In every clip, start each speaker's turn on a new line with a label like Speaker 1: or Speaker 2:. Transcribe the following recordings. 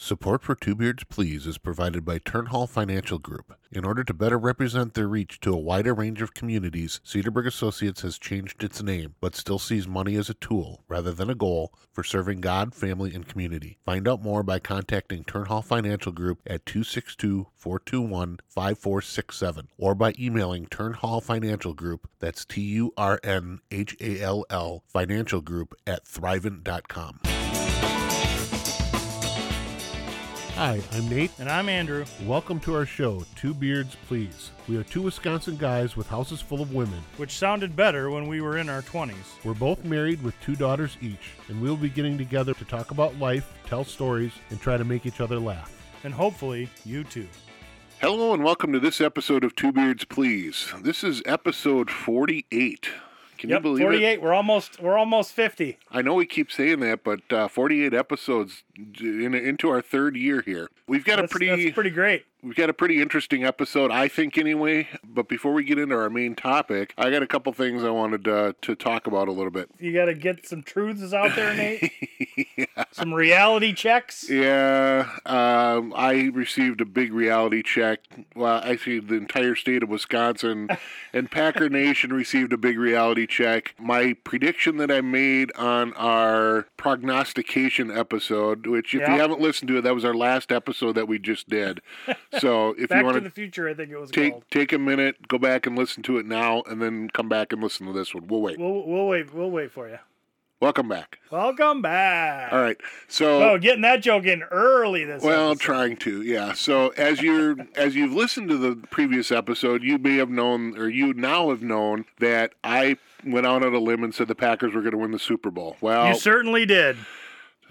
Speaker 1: Support for Two Beards Please is provided by Turnhall Financial Group. In order to better represent their reach to a wider range of communities, Cedarburg Associates has changed its name, but still sees money as a tool rather than a goal for serving God, family, and community. Find out more by contacting Turnhall Financial Group at 262 421 5467 or by emailing Turnhall Financial Group, that's T U R N H A L L, Financial Group at thrivent.com.
Speaker 2: Hi, I'm Nate.
Speaker 3: And I'm Andrew.
Speaker 2: Welcome to our show, Two Beards Please. We are two Wisconsin guys with houses full of women.
Speaker 3: Which sounded better when we were in our 20s.
Speaker 2: We're both married with two daughters each, and we'll be getting together to talk about life, tell stories, and try to make each other laugh.
Speaker 3: And hopefully, you too.
Speaker 1: Hello, and welcome to this episode of Two Beards Please. This is episode 48. Can you
Speaker 3: yep,
Speaker 1: believe
Speaker 3: 48.
Speaker 1: it?
Speaker 3: We're almost we're almost 50.
Speaker 1: I know we keep saying that, but uh, 48 episodes in, into our third year here. We've got
Speaker 3: That's,
Speaker 1: a pretty
Speaker 3: that's pretty great.
Speaker 1: We've got a pretty interesting episode, I think, anyway. But before we get into our main topic, I got a couple things I wanted uh, to talk about a little bit.
Speaker 3: You got to get some truths out there, Nate. Some reality checks.
Speaker 1: Yeah, um, I received a big reality check. Well, actually, the entire state of Wisconsin and Packer Nation received a big reality check. My prediction that I made on our prognostication episode, which, if
Speaker 3: Yeah.
Speaker 1: you haven't listened to it, that was our last episode that we just did. So, if
Speaker 3: Back
Speaker 1: you want
Speaker 3: to the future, I think it was called.
Speaker 1: take take a minute, go back and listen to it now, and then come back and listen to this one. We'll wait.
Speaker 3: We'll, we'll wait. We'll wait for you.
Speaker 1: Welcome back.
Speaker 3: Welcome back.
Speaker 1: All right. So.
Speaker 3: Oh, getting that joke in early this.
Speaker 1: Well,
Speaker 3: episode.
Speaker 1: trying to, yeah. So as you're as you've listened to the previous episode, you may have known, or you now have known that I went out on a limb and said the Packers were going to win the Super Bowl. Well,
Speaker 3: you certainly did.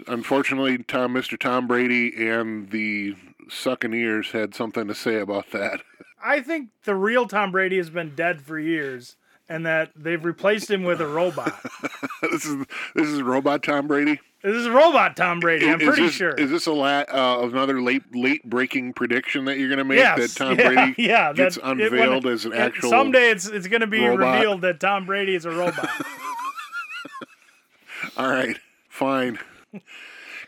Speaker 1: unfortunately, Tom, Mr. Tom Brady, and the sucking ears had something to say about that.
Speaker 3: I think the real Tom Brady has been dead for years, and that they've replaced him with a robot.
Speaker 1: this is this is robot Tom Brady.
Speaker 3: this is robot Tom Brady. I'm
Speaker 1: Is
Speaker 3: pretty
Speaker 1: this-
Speaker 3: sure.
Speaker 1: Is this a la- uh, another late late breaking prediction that you're going to make
Speaker 3: Yes,
Speaker 1: that Tom
Speaker 3: yeah,
Speaker 1: Brady
Speaker 3: yeah,
Speaker 1: gets
Speaker 3: that- it- when-
Speaker 1: unveiled as an
Speaker 3: it-
Speaker 1: actual?
Speaker 3: Someday it's it's going to be
Speaker 1: robot.
Speaker 3: revealed that Tom Brady is a robot.
Speaker 1: All right, fine.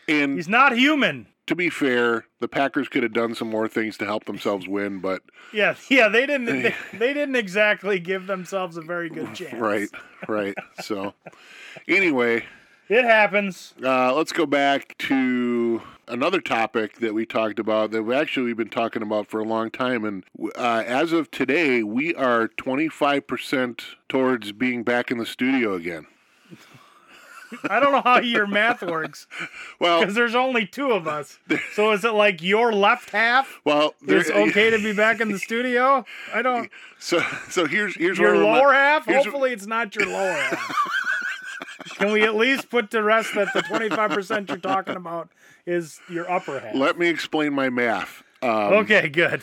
Speaker 1: And
Speaker 3: He's not human.
Speaker 1: to be fair, the Packers could have done some more things to help themselves win, but
Speaker 3: Yeah, yeah. They didn't they, they didn't exactly give themselves a very good chance.
Speaker 1: right, right. So, anyway,
Speaker 3: It happens.
Speaker 1: uh, let's go back to another topic that we talked about that we actually we've been talking about for a long time, and uh, as of today, we are twenty five percent towards being back in the studio again.
Speaker 3: I don't know how your math works
Speaker 1: Well,
Speaker 3: because there's only two of us. So is it like your left half
Speaker 1: well,
Speaker 3: is okay to be back in the studio? I don't.
Speaker 1: So, so here's here's
Speaker 3: Your
Speaker 1: where I'm at.
Speaker 3: lower half.
Speaker 1: here's-
Speaker 3: Hopefully, it's not your lower half. Can we at least put to rest that the twenty five percent you're talking about is your upper half?
Speaker 1: Let me explain my math. Um,
Speaker 3: Okay, good.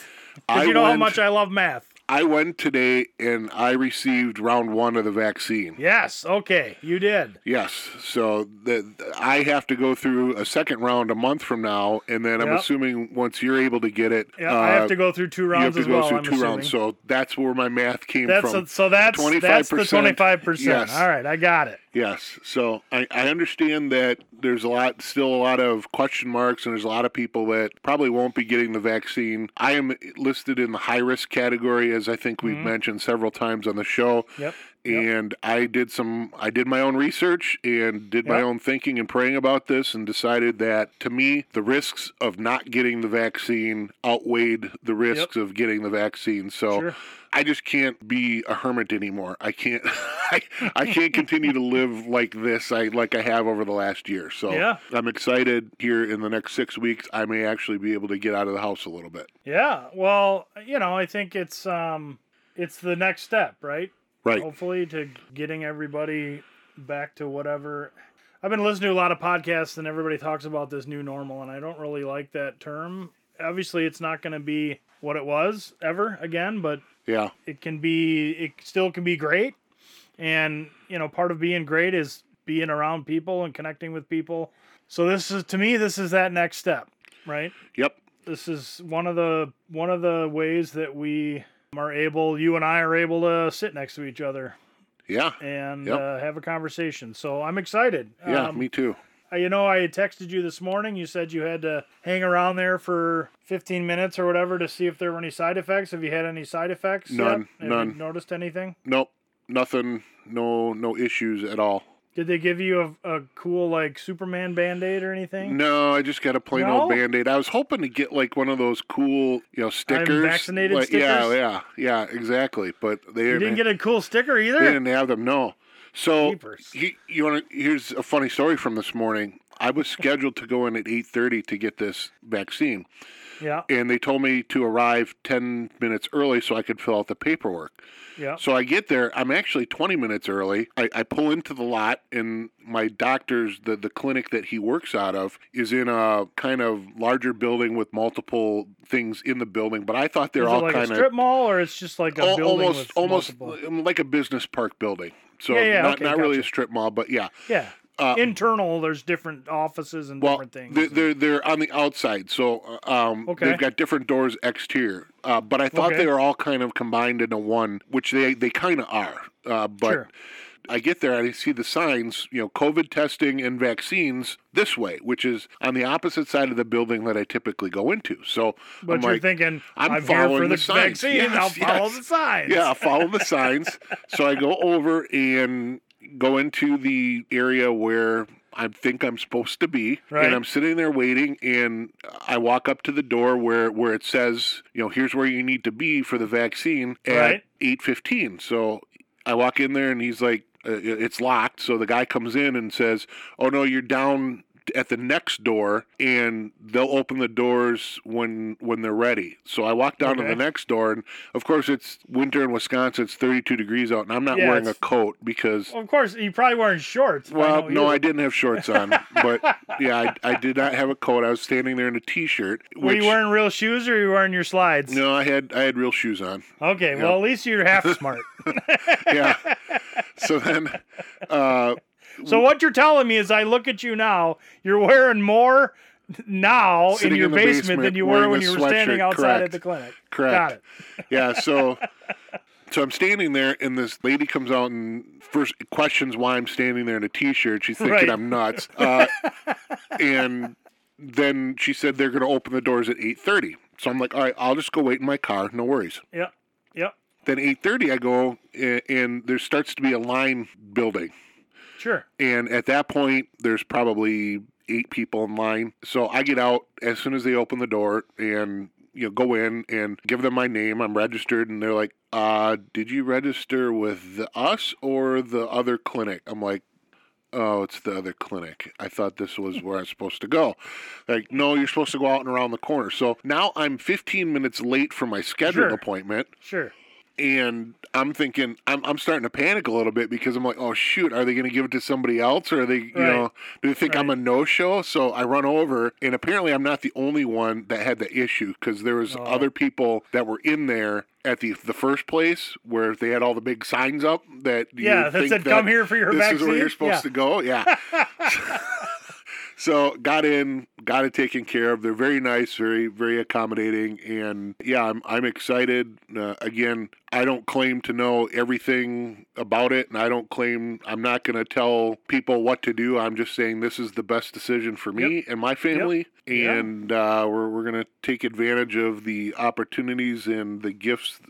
Speaker 1: I
Speaker 3: Because you know how
Speaker 1: went-
Speaker 3: much I love math.
Speaker 1: I went today and I received round one of the vaccine.
Speaker 3: Yes. Okay, you did.
Speaker 1: Yes, so the, I have to go through a second round a month from now, and then I'm
Speaker 3: Yep.
Speaker 1: assuming once you're able to get it,
Speaker 3: Yeah, I have
Speaker 1: uh,
Speaker 3: to go through two
Speaker 1: you have
Speaker 3: rounds
Speaker 1: to
Speaker 3: as
Speaker 1: go
Speaker 3: well.
Speaker 1: through
Speaker 3: I'm
Speaker 1: two
Speaker 3: assuming.
Speaker 1: rounds. So that's where my math came
Speaker 3: that's
Speaker 1: from.
Speaker 3: a, so that's that's the
Speaker 1: 25%.
Speaker 3: twenty five percent.
Speaker 1: Yes.
Speaker 3: All right, I got it.
Speaker 1: Yes. So I, I understand that there's a lot, still a lot of question marks, and there's a lot of people that probably won't be getting the vaccine. I am listed in the high risk category, as I think
Speaker 3: Mm-hmm.
Speaker 1: we've mentioned several times on the show.
Speaker 3: Yep.
Speaker 1: And I did some, I did my own research and did my
Speaker 3: Yep.
Speaker 1: own thinking and praying about this and decided that to me, the risks of not getting the vaccine outweighed the risks of getting the vaccine. So
Speaker 3: Sure.
Speaker 1: I just can't be a hermit anymore. I can't. I, I can't continue to live like this. I like I have over the last year. So
Speaker 3: Yeah.
Speaker 1: I'm excited. Here in the next six weeks, I may actually be able to get out of the house a little bit.
Speaker 3: Yeah. Well, you know, I think it's um, it's the next step, right?
Speaker 1: Right.
Speaker 3: hopefully to getting everybody back to whatever i've been listening to a lot of podcasts and everybody talks about this new normal and i don't really like that term obviously it's not going to be what it was ever again but
Speaker 1: Yeah.
Speaker 3: it can be it still can be great and you know part of being great is being around people and connecting with people so this is to me this is that next step right
Speaker 1: Yep.
Speaker 3: this is one of the one of the ways that we are able you and i are able to sit next to each other
Speaker 1: Yeah.
Speaker 3: and
Speaker 1: Yep.
Speaker 3: uh, have a conversation. So I'm excited.
Speaker 1: Yeah.
Speaker 3: Um,
Speaker 1: me too.
Speaker 3: I- You know, I had texted you this morning. You said you had to hang around there for 15 minutes or whatever to see if there were any side effects. Have you had any side effects? yet?
Speaker 1: None,
Speaker 3: Have You
Speaker 1: none.
Speaker 3: noticed anything?
Speaker 1: Nope. Nothing. No. No issues at all.
Speaker 3: Did they give you a, a cool like Superman band aid or anything?
Speaker 1: No, I just got a plain old
Speaker 3: No?
Speaker 1: band aid. I was hoping to get like one of those cool, you know, stickers.
Speaker 3: vaccinated
Speaker 1: like, Yeah,
Speaker 3: stickers?
Speaker 1: yeah, yeah, exactly. But they
Speaker 3: You didn't get a cool sticker
Speaker 1: they
Speaker 3: either.
Speaker 1: didn't have them. No. So
Speaker 3: Jeepers.
Speaker 1: he, you want to? Here's a funny story from this morning. I was scheduled to go in at eight thirty to get this vaccine,
Speaker 3: Yeah,
Speaker 1: and they told me to arrive ten minutes early so I could fill out the paperwork.
Speaker 3: yeah.
Speaker 1: So I get there. I'm actually 20 minutes early. I, I pull into the lot, and my doctor's, the, the clinic that he works out of, is in a kind of larger building with multiple things in the building. But I thought they're
Speaker 3: Is it
Speaker 1: all
Speaker 3: like
Speaker 1: kind
Speaker 3: a
Speaker 1: of
Speaker 3: strip mall or it's just like a
Speaker 1: al-
Speaker 3: building
Speaker 1: almost
Speaker 3: with
Speaker 1: almost
Speaker 3: multiple-
Speaker 1: like a business park building. So
Speaker 3: Yeah, yeah,
Speaker 1: not,
Speaker 3: okay,
Speaker 1: not really a
Speaker 3: gotcha.
Speaker 1: strip mall, but yeah.
Speaker 3: yeah.
Speaker 1: Uh,
Speaker 3: Internal, there's different offices and
Speaker 1: well,
Speaker 3: different things.
Speaker 1: they're, they're they're on the outside, so uh, um,
Speaker 3: Okay.
Speaker 1: they've got different doors exterior. Uh, but I thought
Speaker 3: Okay.
Speaker 1: they were all kind of combined into one, which they they kind of are. Uh, but
Speaker 3: Sure.
Speaker 1: I get there and I see the signs, you know, COVID testing and vaccines this way, which is on the opposite side of the building that I typically go into. So
Speaker 3: but
Speaker 1: I'm
Speaker 3: you're
Speaker 1: like,
Speaker 3: thinking,
Speaker 1: I'm
Speaker 3: I'm, here
Speaker 1: following
Speaker 3: for
Speaker 1: the
Speaker 3: the,
Speaker 1: signs.
Speaker 3: vaccine.
Speaker 1: Yes,
Speaker 3: I'll follow
Speaker 1: yes.
Speaker 3: the signs.
Speaker 1: yeah, follow the signs. So I go over and go into the area where I think I'm supposed to be,
Speaker 3: Right.
Speaker 1: and I'm sitting there waiting. And I walk up to the door where where it says, you know, here's where you need to be for the vaccine at
Speaker 3: Right.
Speaker 1: eight fifteen. So I walk in there, and he's like, uh, it's locked. So the guy comes in and says, oh no, you're down at the next door and they'll open the doors when when they're ready. So I walk down to
Speaker 3: Okay.
Speaker 1: the next door and of course it's winter in Wisconsin, it's 32 degrees out and I'm not
Speaker 3: Yeah,
Speaker 1: wearing a
Speaker 3: it's-
Speaker 1: coat because
Speaker 3: Well, of course, you're probably wearing shorts. if Oh, I
Speaker 1: well,
Speaker 3: know
Speaker 1: no,
Speaker 3: you.
Speaker 1: I didn't have shorts on, but yeah, I, I did not have a coat. I was standing there in a t-shirt. Which,
Speaker 3: Were you wearing real shoes or were you wearing your slides?
Speaker 1: No, I had I had real shoes on.
Speaker 3: Okay, well, at least you're half smart.
Speaker 1: Yeah. so then, uh,
Speaker 3: so what you're telling me is, I look at you now, you're wearing more now
Speaker 1: Sitting
Speaker 3: in your
Speaker 1: in the
Speaker 3: basement,
Speaker 1: basement
Speaker 3: than you were
Speaker 1: wearing
Speaker 3: when
Speaker 1: a
Speaker 3: you were
Speaker 1: sweatshirt,
Speaker 3: standing outside
Speaker 1: correct.
Speaker 3: at the clinic.
Speaker 1: correct.
Speaker 3: Got it.
Speaker 1: yeah so so i'm standing there and this lady comes out and first questions why i'm standing there in a t-shirt she's thinking
Speaker 3: Right.
Speaker 1: i'm nuts uh, and then she said they're going to open the doors at 8.30 so i'm like all right i'll just go wait in my car no worries
Speaker 3: Yep. Yep.
Speaker 1: then 8.30 i go a- and there starts to be a line building
Speaker 3: Sure.
Speaker 1: and at that point, there's probably eight people in line. So I get out as soon as they open the door and you know go in and give them my name. I'm registered, and they're like, "Uh, did you register with the, us or the other clinic?" I'm like. Oh, it's the other clinic. I thought this was where I was supposed to go. Like, no, you're supposed to go out and around the corner. So now I'm 15 minutes late for my scheduled
Speaker 3: Sure.
Speaker 1: appointment
Speaker 3: Sure.
Speaker 1: and I'm thinking I'm, I'm starting to panic a little bit because I'm like, oh shoot, are they going to give it to somebody else, or are they, you
Speaker 3: Right.
Speaker 1: know, do they think I'm a no-show? So I run over, and apparently I'm not the only one that had the issue because there was
Speaker 3: Oh.
Speaker 1: other people that were in there at the the first place where they had all the big signs up that you
Speaker 3: Yeah, that
Speaker 1: think
Speaker 3: said, come here for your
Speaker 1: this
Speaker 3: vaccine.
Speaker 1: is where you're supposed
Speaker 3: yeah.
Speaker 1: to go. Yeah. so got in, got it taken care of. They're very nice, very very accommodating, and yeah, I'm I'm excited. Uh, again, I don't claim to know everything about it, and I don't claim I'm not going to tell people what to do. I'm just saying this is the best decision for me and my family,
Speaker 3: Yeah.
Speaker 1: and uh, we're we're going to take advantage of the opportunities and the gifts,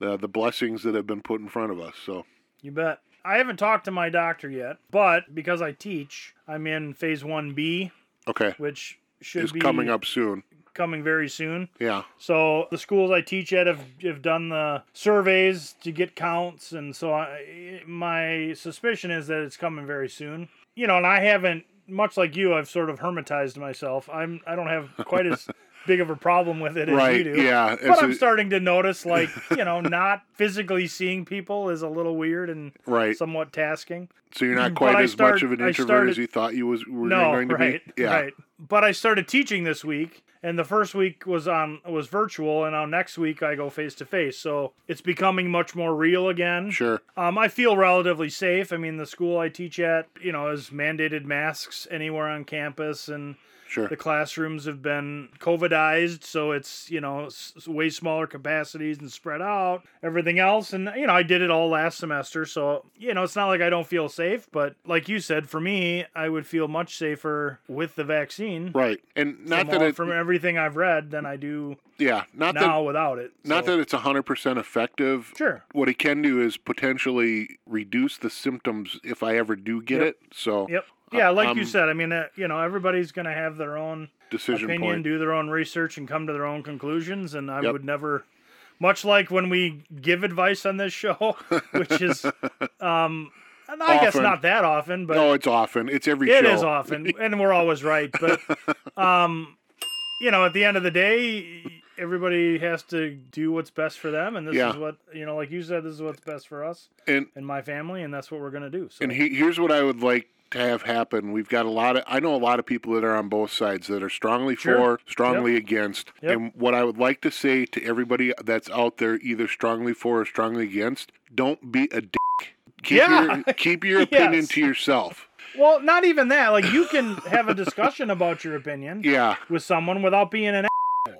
Speaker 1: the the blessings that have been put in front of us. So
Speaker 3: You bet. I haven't talked to my doctor yet, but because I teach, I'm in phase 1B,
Speaker 1: okay,
Speaker 3: which should
Speaker 1: it's
Speaker 3: be
Speaker 1: coming up soon.
Speaker 3: coming very soon.
Speaker 1: Yeah.
Speaker 3: So the schools I teach at have, have done the surveys to get counts, and so I, my suspicion is that it's coming very soon. You know, and I haven't, much like you, I've sort of hermetized myself. I'm I don't have quite as big of a problem with it as
Speaker 1: Right.
Speaker 3: you do.
Speaker 1: Yeah.
Speaker 3: But
Speaker 1: it's
Speaker 3: I'm
Speaker 1: a-
Speaker 3: starting to notice, like you know, not physically seeing people is a little weird and
Speaker 1: Right.
Speaker 3: somewhat tasking.
Speaker 1: So you're not
Speaker 3: But
Speaker 1: quite
Speaker 3: I
Speaker 1: as much
Speaker 3: start-
Speaker 1: of an
Speaker 3: I
Speaker 1: introvert as
Speaker 3: started-
Speaker 1: you thought you was were
Speaker 3: no,
Speaker 1: going to
Speaker 3: right,
Speaker 1: be. Yeah.
Speaker 3: right. But I started teaching this week, and the first week was on was virtual, and now next week I go face to face. So it's becoming much more real again.
Speaker 1: Sure.
Speaker 3: Um, I feel relatively safe. I mean, the school I teach at, you know, has mandated masks anywhere on campus, and
Speaker 1: Sure.
Speaker 3: The classrooms have been COVIDized, so it's you know s- s- way smaller capacities and spread out. Everything else, and you know, I did it all last semester, so you know, it's not like I don't feel safe. But like you said, for me, I would feel much safer with the vaccine.
Speaker 1: Right. And not
Speaker 3: from,
Speaker 1: that
Speaker 3: all-
Speaker 1: it,
Speaker 3: from everything I've read than I do
Speaker 1: yeah, not
Speaker 3: now
Speaker 1: that
Speaker 3: without it.
Speaker 1: not
Speaker 3: so-
Speaker 1: that it's 100% effective.
Speaker 3: Sure.
Speaker 1: What it can do is potentially reduce the symptoms if I ever do get
Speaker 3: Yep.
Speaker 1: it. So,
Speaker 3: Yep. Yeah, like you
Speaker 1: um,
Speaker 3: said, I mean, uh, you know, everybody's going to have their own
Speaker 1: decision
Speaker 3: opinion,
Speaker 1: point.
Speaker 3: do their own research, and come to their own conclusions. And I
Speaker 1: Yep.
Speaker 3: would never, much like when we give advice on this show, which is, um, and I guess
Speaker 1: Often.
Speaker 3: not that often, but
Speaker 1: no, it's often. It's every
Speaker 3: it
Speaker 1: show.
Speaker 3: is often, and we're always right. But, um, you know, at the end of the day, everybody has to do what's best for them, and this
Speaker 1: Yeah.
Speaker 3: is what you know, like you said, this is what's best for us
Speaker 1: And
Speaker 3: and my family, and that's what we're gonna do. So.
Speaker 1: And he, here's what I would like to have happen. We've got a lot of, I know a lot of people that are on both sides that are strongly
Speaker 3: Sure.
Speaker 1: for, strongly against.
Speaker 3: Yep.
Speaker 1: And what I would like to say to everybody that's out there, either strongly for or strongly against, don't be a dick. Keep
Speaker 3: Yeah.
Speaker 1: Your, keep your opinion
Speaker 3: Yes.
Speaker 1: to yourself.
Speaker 3: Well, not even that. Like you can have a discussion about your opinion
Speaker 1: Yeah.
Speaker 3: with someone without being an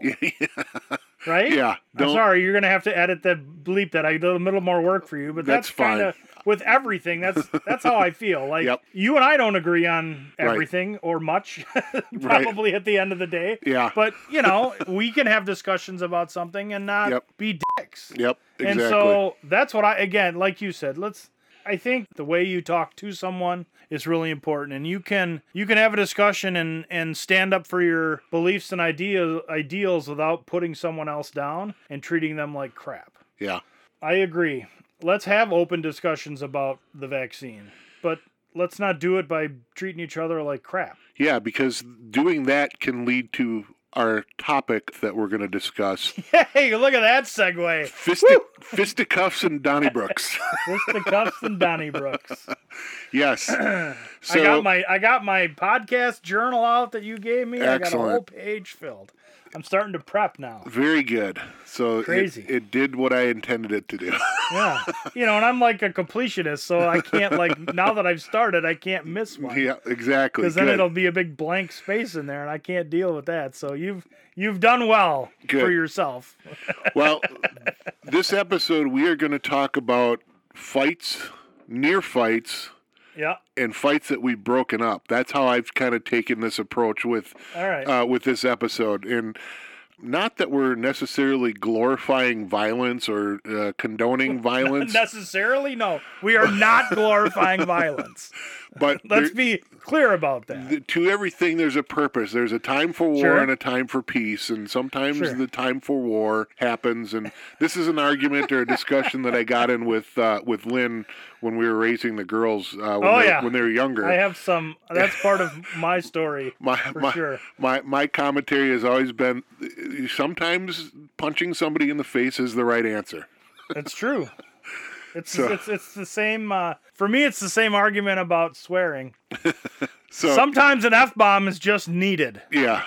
Speaker 1: yeah.
Speaker 3: a- right. I'm
Speaker 1: Don't.
Speaker 3: sorry, you're gonna have to edit the bleep that I did a little more work for you, but
Speaker 1: That's
Speaker 3: that's,
Speaker 1: fine.
Speaker 3: Kinda, with everything, that's that's how I feel. Like
Speaker 1: Yep.
Speaker 3: you and I don't agree on
Speaker 1: Right.
Speaker 3: everything or much, probably at the end of the day.
Speaker 1: Yeah.
Speaker 3: But you know, we can have discussions about something and not
Speaker 1: Yep.
Speaker 3: be dicks.
Speaker 1: Yep. Exactly.
Speaker 3: And so that's what I again, like you said, let's I think the way you talk to someone is really important and you can you can have a discussion and and stand up for your beliefs and ideas ideals without putting someone else down and treating them like crap.
Speaker 1: yeah.
Speaker 3: I agree. Let's have open discussions about the vaccine, but let's not do it by treating each other like crap.
Speaker 1: Yeah. Because doing that can lead to our topic that we're going to discuss
Speaker 3: Hey, look at that segue.
Speaker 1: fistic, fisticuffs and Donnybrooks.
Speaker 3: What's the cuffs and Donnybrooks?
Speaker 1: yes. So,
Speaker 3: I got my I got my podcast journal out that you gave me. I got a whole
Speaker 1: Excellent.
Speaker 3: page filled. I'm starting to prep now.
Speaker 1: Very good. So it-
Speaker 3: Crazy.
Speaker 1: It, did what I intended it to do.
Speaker 3: Yeah. you know, and I'm like a completionist, so I can't like now that I've started, I can't miss one.
Speaker 1: yeah, exactly.
Speaker 3: Because then
Speaker 1: Good.
Speaker 3: it'll be a big blank space in there and I can't deal with that. So you've you've done well for
Speaker 1: Good.
Speaker 3: yourself.
Speaker 1: Well, this episode we are going to talk about fights, near fights,
Speaker 3: Yeah.
Speaker 1: and fights that we've broken up. That's how I've kind of taken this approach with
Speaker 3: All right.
Speaker 1: uh, with this episode and. Not that we're necessarily glorifying violence or uh, condoning violence,
Speaker 3: Necessarily, no. We are not glorifying violence.
Speaker 1: but
Speaker 3: Let's
Speaker 1: there-
Speaker 3: be clear about that.
Speaker 1: th- to everything there's a purpose there's a time for war
Speaker 3: Sure.
Speaker 1: and a time for peace and sometimes
Speaker 3: Sure.
Speaker 1: the time for war happens and this is an argument or a discussion that i got in with uh, with lynn when we were raising the girls uh, when,
Speaker 3: Oh,
Speaker 1: they,
Speaker 3: yeah.
Speaker 1: when they were younger
Speaker 3: I have some that's part of my story.
Speaker 1: my,
Speaker 3: for
Speaker 1: my,
Speaker 3: sure.
Speaker 1: my my commentary has always been uh, sometimes punching somebody in the face is the right answer
Speaker 3: It's true. It's
Speaker 1: So-
Speaker 3: it's it's the same. Uh, for me, it's the same argument about swearing.
Speaker 1: so
Speaker 3: Sometimes an f bomb is just needed.
Speaker 1: yeah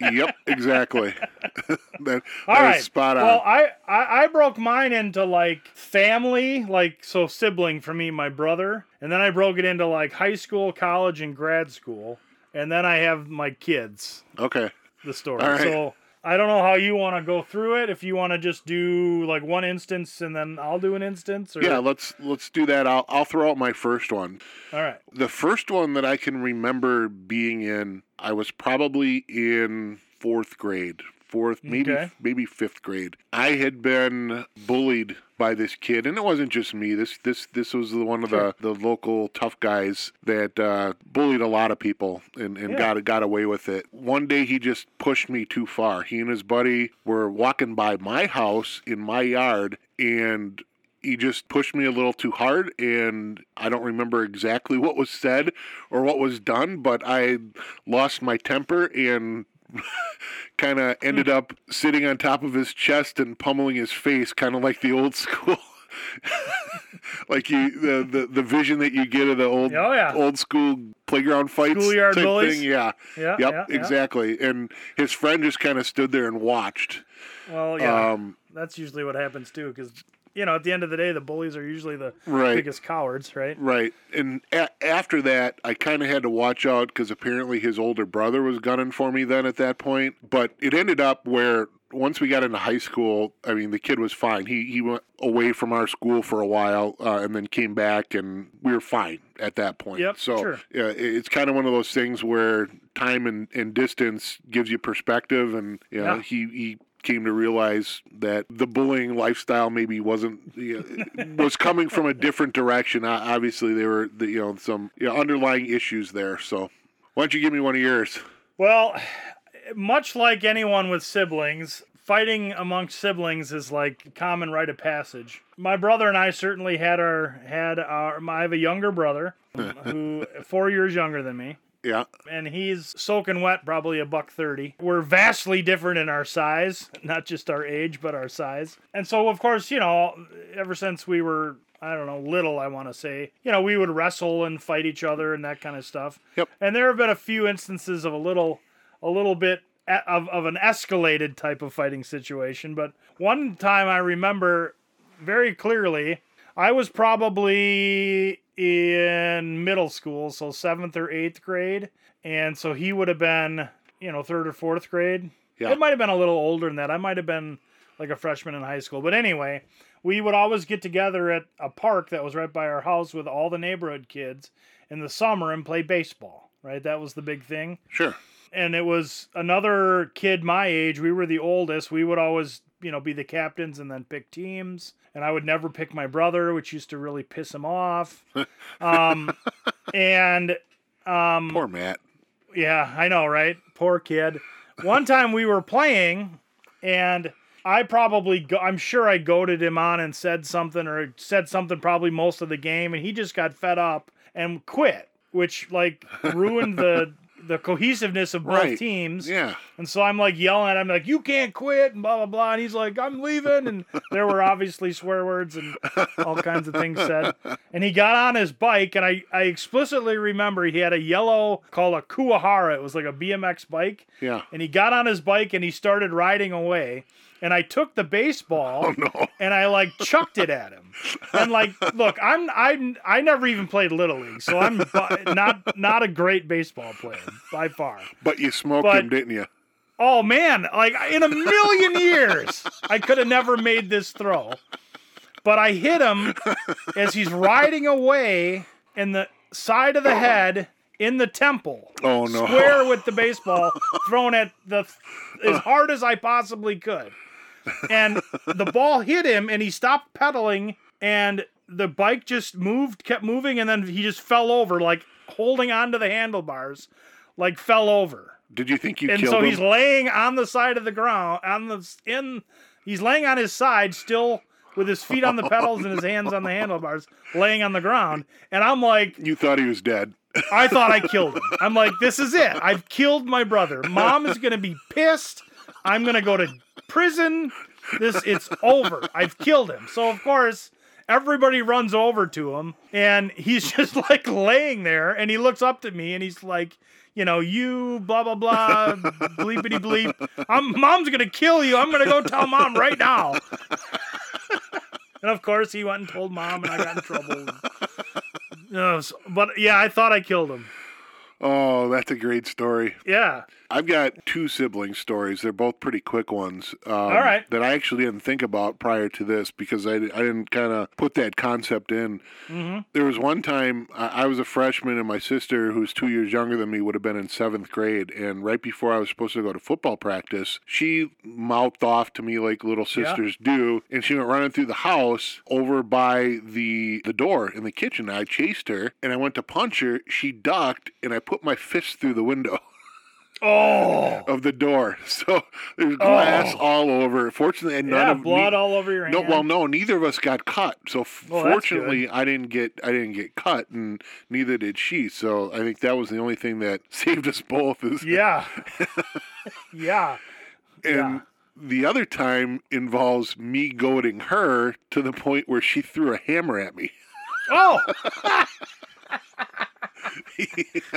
Speaker 1: yep exactly that,
Speaker 3: All
Speaker 1: that is
Speaker 3: right,
Speaker 1: spot on
Speaker 3: Well, I, I I broke mine into like family, like so sibling for me, my brother, and then I broke it into like high school, college, and grad school, and then I have my kids.
Speaker 1: okay
Speaker 3: The story.
Speaker 1: All right.
Speaker 3: So. I don't know how you want to go through it. If you want to just do like one instance and then I'll do an instance, or
Speaker 1: yeah let's let's do that i'll, I'll throw out my first one
Speaker 3: all right,
Speaker 1: The first one that I can remember being in, I was probably in fourth grade, fourth, maybe
Speaker 3: Okay.
Speaker 1: maybe fifth grade. I had been bullied by this kid, and it wasn't just me. This this this was the one of the, the local tough guys that uh, bullied a lot of people and, and
Speaker 3: Yeah.
Speaker 1: got got away with it. One day he just pushed me too far. He and his buddy were walking by my house in my yard and he just pushed me a little too hard and I don't remember exactly what was said or what was done, but I lost my temper and kind of ended up sitting on top of his chest and pummeling his face kind of like the old school like you the, the the vision that you get of the old
Speaker 3: Oh, yeah.
Speaker 1: old school playground fights
Speaker 3: Schoolyard
Speaker 1: type
Speaker 3: bullies?
Speaker 1: thing yeah
Speaker 3: yeah,
Speaker 1: yep
Speaker 3: yeah, yeah.
Speaker 1: exactly and his friend just kind of stood there and watched
Speaker 3: Well, yeah,
Speaker 1: um
Speaker 3: that's usually what happens too, because you know, at the end of the day, the bullies are usually the
Speaker 1: Right.
Speaker 3: biggest cowards, right?
Speaker 1: Right. And a- after that, I kind of had to watch out because apparently his older brother was gunning for me then at that point. But it ended up where once we got into high school, I mean, the kid was fine. He, he went away from our school for a while uh, and then came back, and we were fine at that point.
Speaker 3: Yep,
Speaker 1: so
Speaker 3: sure.
Speaker 1: yeah, it- it's kind of one of those things where time and, and distance gives you perspective. And, you know,
Speaker 3: Yeah.
Speaker 1: he, he came to realize that the bullying lifestyle maybe wasn't you know, was coming from a different direction. O- Obviously, there were the, you know some you know, underlying issues there. So, why don't you give me one of yours?
Speaker 3: Well, much like anyone with siblings, fighting amongst siblings is like common rite of passage. My brother and I certainly had our had our. I have a younger brother who four years younger than me.
Speaker 1: Yeah,
Speaker 3: and he's soaking wet, probably a buck thirty. We're vastly different in our size, not just our age, but our size. And so, of course, you know, ever since we were, I don't know, little, I want to say, you know, we would wrestle and fight each other and that kind of stuff.
Speaker 1: Yep.
Speaker 3: And there have been a few instances of a little, a little bit a- of, of an escalated type of fighting situation. But one time I remember very clearly. I was probably in middle school, so seventh or eighth grade. And so he would have been, you know, third or fourth grade.
Speaker 1: Yeah.
Speaker 3: It might have been a little older than that. I might have been like a freshman in high school. But anyway, we would always get together at a park that was right by our house with all the neighborhood kids in the summer and play baseball, right? That was the big thing
Speaker 1: sure.
Speaker 3: and it was another kid my age. We were the oldest. We would always, you know, be the captains and then pick teams. And I would never pick my brother, which used to really piss him off. Um, and um,
Speaker 1: Poor Matt.
Speaker 3: yeah, I know, right? Poor kid. One time we were playing, and I probably, go- I'm sure I goaded him on and said something, or said something probably most of the game, and he just got fed up and quit, which like ruined the the cohesiveness of both
Speaker 1: Right.
Speaker 3: teams.
Speaker 1: Yeah,
Speaker 3: And so I'm like yelling at him, like, you can't quit, and blah, blah, blah. And he's like, I'm leaving. And there were obviously swear words and all kinds of things said. And he got on his bike, and I, I explicitly remember he had a yellow called a Kuahara. It was like a BMX bike.
Speaker 1: yeah.
Speaker 3: And he got on his bike and he started riding away. And I took the baseball
Speaker 1: Oh no.
Speaker 3: and I like chucked it at him. And like, look, I'm I I never even played little league, so I'm bu- not not a great baseball player by far.
Speaker 1: But you smoked
Speaker 3: But-
Speaker 1: him, didn't you?
Speaker 3: Oh man, like in a million years, I could have never made this throw. But I hit him as he's riding away in the side of the head in the temple.
Speaker 1: Oh no.
Speaker 3: Square with the baseball thrown at the as hard as I possibly could. And the ball hit him and he stopped pedaling and the bike just moved, kept moving and then he just fell over like holding onto the handlebars, like fell over
Speaker 1: Did you think you
Speaker 3: and
Speaker 1: killed
Speaker 3: so
Speaker 1: him?
Speaker 3: he's laying on the side of the ground on the in he's laying on his side still with his feet on the pedals and his hands on the handlebars laying on the ground and i'm like
Speaker 1: you thought he was dead.
Speaker 3: i thought i killed him i'm like this is it i've killed my brother mom is going to be pissed i'm going to go to prison this it's over i've killed him so of course everybody runs over to him and he's just like laying there and he looks up to me and he's like you know, you blah blah blah, bleepity bleep. I'm mom's gonna kill you. I'm gonna go tell mom right now. and of course, he went and told mom, and I got in trouble. Uh, so- but yeah, I thought I killed him.
Speaker 1: Oh, that's a great story.
Speaker 3: Yeah,
Speaker 1: I've got two sibling stories. They're both pretty quick ones. Um, All
Speaker 3: right.
Speaker 1: That I actually didn't think about prior to this because I, I didn't kind of put that concept in. Mm-hmm. There was one time I, I was a freshman and my sister, who's two years younger than me, would have been in seventh grade. And right before I was supposed to go to football practice, she mouthed off to me like little sisters do. And she went running through the house over by the, the door in the kitchen. I chased her and I went to punch her. She ducked and I put my fist through the window of the door. So there's glass all over. Fortunately, and none
Speaker 3: yeah,
Speaker 1: of
Speaker 3: Oh. blood
Speaker 1: ne-
Speaker 3: all over your hand.
Speaker 1: no, well, no, neither of us got cut. So f-
Speaker 3: Well, that's
Speaker 1: fortunately, I didn't get I didn't get cut, and neither did she. So I think that was the only thing that saved us both. Is
Speaker 3: yeah, yeah.
Speaker 1: and
Speaker 3: yeah.
Speaker 1: the other time involves me goading her to the point where she threw a hammer at me.
Speaker 3: Oh,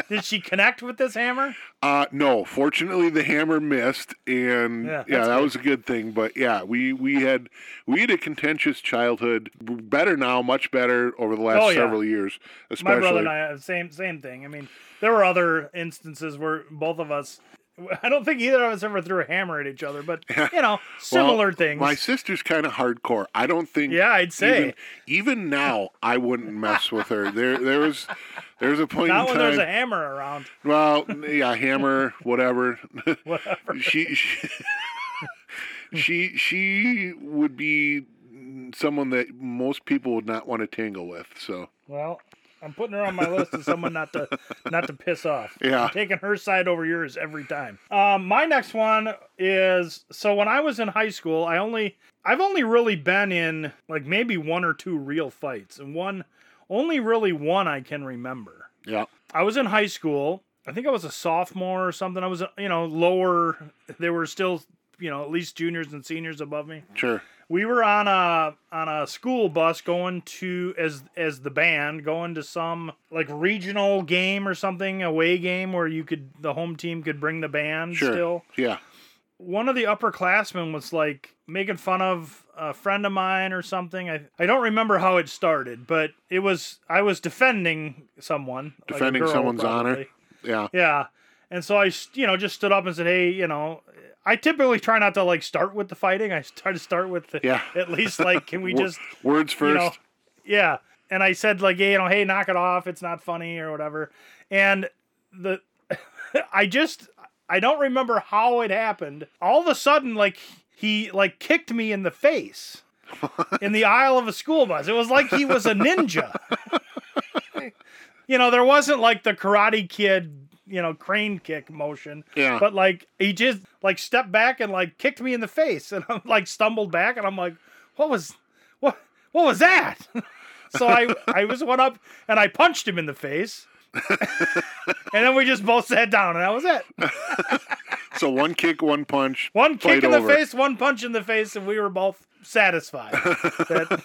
Speaker 3: Did she connect with this hammer?
Speaker 1: Uh, no, fortunately the hammer missed, and
Speaker 3: Yeah,
Speaker 1: yeah,
Speaker 3: that's
Speaker 1: that
Speaker 3: good.
Speaker 1: was a good thing. But yeah, we we had we had a contentious childhood. Better now, much better over the last
Speaker 3: Oh, yeah.
Speaker 1: several years,
Speaker 3: My
Speaker 1: especially.
Speaker 3: brother and I, uh, same same thing. I mean, there were other instances where both of us. I don't think either of us ever threw a hammer at each other, but you know,
Speaker 1: Well,
Speaker 3: similar things.
Speaker 1: My sister's kind of hardcore. I don't think.
Speaker 3: Yeah, I'd say.
Speaker 1: even, even now I wouldn't mess with her. There there was there was a point
Speaker 3: Not
Speaker 1: in
Speaker 3: when
Speaker 1: time.
Speaker 3: there's a hammer around.
Speaker 1: Well, yeah, hammer, whatever.
Speaker 3: Whatever.
Speaker 1: she, she she she would be someone that most people would not want to tangle with. So
Speaker 3: Well, I'm putting her on my list as someone not to not to piss off.
Speaker 1: Yeah.
Speaker 3: I'm taking her side over yours every time. Um, my next one is so when I was in high school, I only I've only really been in like maybe one or two real fights, and one only really one I can remember.
Speaker 1: yeah,
Speaker 3: I was in high school. I think I was a sophomore or something. I was, you know, lower. They were still, you know, at least juniors and seniors above me.
Speaker 1: sure.
Speaker 3: We were on a on a school bus going to as as the band going to some like regional game or something, away game where you could the home team could bring the band
Speaker 1: Sure.
Speaker 3: still
Speaker 1: Yeah.
Speaker 3: one of the upperclassmen was like making fun of a friend of mine or something. I I don't remember how it started, but it was I was defending someone, like a
Speaker 1: Defending
Speaker 3: girl,
Speaker 1: someone's honor.
Speaker 3: probably.
Speaker 1: Yeah.
Speaker 3: Yeah, and so I s- you know just stood up and said, hey, you know, I typically try not to like start with the fighting. I try to start with the,
Speaker 1: Yeah.
Speaker 3: at least like can we
Speaker 1: Wo-
Speaker 3: just
Speaker 1: words first.
Speaker 3: you know, yeah. And I said like, hey, you know, hey, knock it off. It's not funny or whatever. And the, I just, I don't remember how it happened. All of a sudden, like he like kicked me in the face in the aisle of a school bus. It was like he was a ninja. you know, there wasn't like the Karate Kid, you know, crane kick motion.
Speaker 1: Yeah.
Speaker 3: But like he just like stepped back and like kicked me in the face, and I'm like stumbled back, and I'm like, what was, what, what was that? so I I just went up and I punched him in the face. and then we just both sat down, and that was it.
Speaker 1: So one kick, one punch.
Speaker 3: One kick
Speaker 1: fight
Speaker 3: in the
Speaker 1: over.
Speaker 3: face, one punch in the face, and we were both satisfied. That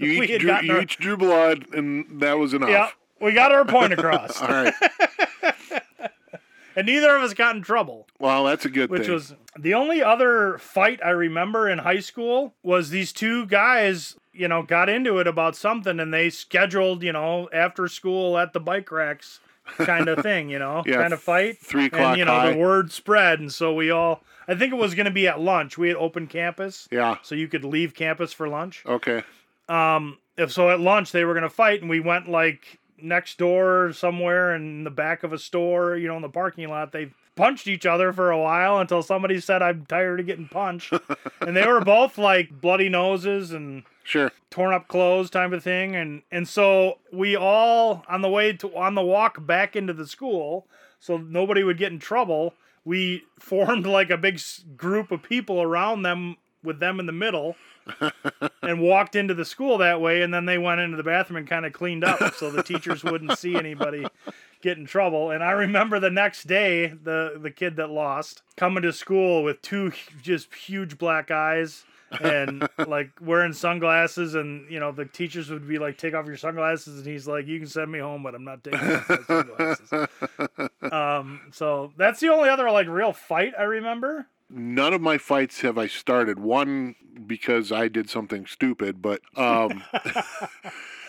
Speaker 1: You
Speaker 3: we
Speaker 1: each,
Speaker 3: had
Speaker 1: drew,
Speaker 3: gotten
Speaker 1: you
Speaker 3: our-
Speaker 1: each drew blood, and that was enough.
Speaker 3: yeah, we got our point across,
Speaker 1: All right.
Speaker 3: and neither of us got in trouble.
Speaker 1: Well, that's a good
Speaker 3: Which
Speaker 1: thing.
Speaker 3: was the only other fight I remember in high school was these two guys, you know, got into it about something and they scheduled, you know, after school at the bike racks kind of thing, you know,
Speaker 1: Yeah,
Speaker 3: kind of fight.
Speaker 1: three
Speaker 3: And
Speaker 1: o'clock
Speaker 3: you know,
Speaker 1: high.
Speaker 3: the word spread and so we all I think it was gonna be at lunch. We had open campus.
Speaker 1: yeah.
Speaker 3: So you could leave campus for lunch.
Speaker 1: Okay.
Speaker 3: Um, if so, at lunch they were gonna fight, and we went like next door somewhere in the back of a store, you know, in the parking lot. They punched each other for a while until somebody said, "I'm tired of getting punched," and they were both like bloody noses and
Speaker 1: Sure.
Speaker 3: torn up clothes type of thing and and so we all on the way to on the walk back into the school so nobody would get in trouble we formed like a big s- group of people around them with them in the middle and walked into the school that way and then they went into the bathroom and kind of cleaned up so the teachers wouldn't see anybody get in trouble and i remember the next day the the kid that lost coming to school with two hu- just huge black eyes and like wearing sunglasses and you know the teachers would be like take off your sunglasses and he's like you can send me home but i'm not taking off my sunglasses um so that's the only other like real fight i remember
Speaker 1: none of my fights have I started. One because I did something stupid, but um,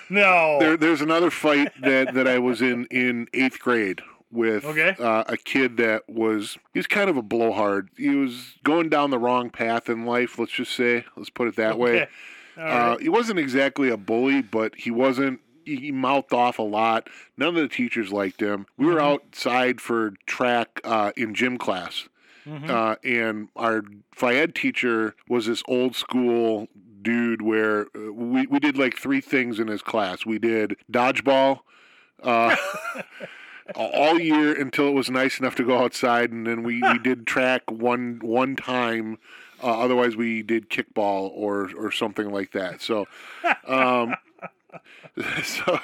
Speaker 3: no
Speaker 1: there, there's another fight that, that I was in in eighth grade with
Speaker 3: Okay.
Speaker 1: uh, a kid that was he's kind of a blowhard. He was going down the wrong path in life. Let's just say, let's put it that way.
Speaker 3: Okay. All
Speaker 1: Uh,
Speaker 3: right.
Speaker 1: he wasn't exactly a bully, but he wasn't. He he mouthed off a lot. None of the teachers liked him. We were
Speaker 3: Mm-hmm.
Speaker 1: outside for track uh, in gym class,
Speaker 3: Mhm.
Speaker 1: uh, and our Fayed teacher was this old school dude where uh, we, we did like three things in his class. We did dodgeball uh, all year until it was nice enough to go outside, and then we, we did track one one time. Uh, otherwise, we did kickball or or something like that. So, um, so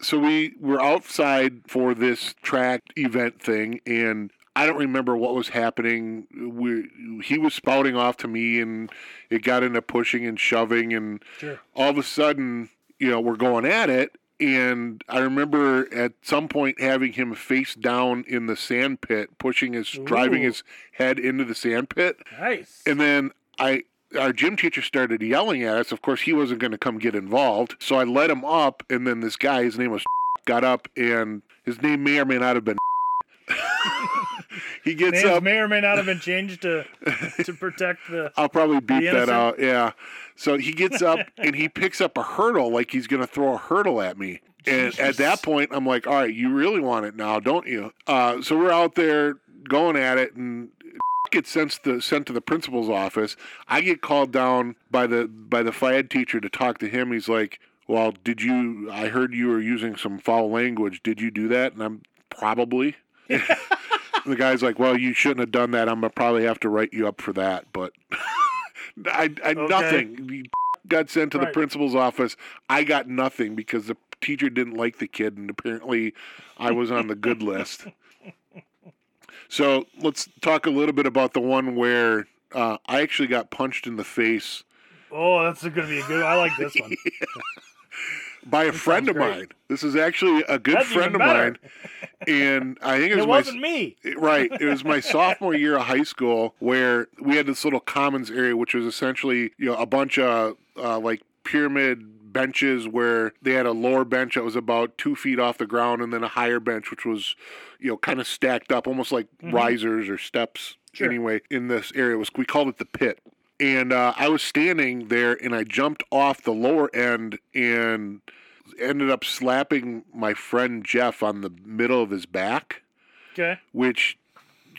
Speaker 1: so we were outside for this track event thing and I don't remember what was happening. We, he was spouting off to me, and it got into pushing and shoving, and
Speaker 3: Sure.
Speaker 1: all of a sudden, you know, we're going at it, And I remember at some point having him face down in the sand pit, pushing his, driving
Speaker 3: Ooh.
Speaker 1: his head into the sand pit.
Speaker 3: Nice.
Speaker 1: And then I our gym teacher started yelling at us. Of course, he wasn't going to come get involved. So I let him up, and then this guy, his name was got up, and his name may or may not have been. he gets
Speaker 3: Names
Speaker 1: up.
Speaker 3: may or may not have been changed to to protect the.
Speaker 1: I'll probably beat that
Speaker 3: innocent.
Speaker 1: out. Yeah. So he gets up and he picks up a hurdle like he's going to throw a hurdle at me. And at that
Speaker 3: Jesus.
Speaker 1: point, I'm like, all right, you really want it now, don't you? Uh, so we're out there going at it and gets sent to, sent to the principal's office. I get called down by the by the FIAD teacher to talk to him. He's like, well, did you, I heard you were using some foul language. Did you do that? And I'm probably. And the guy's like, "Well, you shouldn't have done that. I'm gonna probably have to write you up for that." But I, I
Speaker 3: Okay.
Speaker 1: nothing. You got sent to the
Speaker 3: Right.
Speaker 1: principal's office. I got nothing because the teacher didn't like the kid, and apparently, I was on the good list. So let's talk a little bit about the one where uh, I actually got punched in the face
Speaker 3: Oh, that's going to be a good. I like this one.
Speaker 1: by a friend of
Speaker 3: sounds great.
Speaker 1: mine. This is actually a good
Speaker 3: That's
Speaker 1: friend of
Speaker 3: even better.
Speaker 1: mine, and I think it was
Speaker 3: It
Speaker 1: my
Speaker 3: wasn't me.
Speaker 1: Right. It was my sophomore year of high school where we had this little commons area, which was essentially you know a bunch of uh, like pyramid benches where they had a lower bench that was about two feet off the ground and then a higher bench which was you know kind of stacked up almost like risers or steps
Speaker 3: Sure.
Speaker 1: anyway in this area It was we called it the pit and uh, i was standing there and i jumped off the lower end and ended up slapping my friend jeff on the middle of his back
Speaker 3: Okay.
Speaker 1: which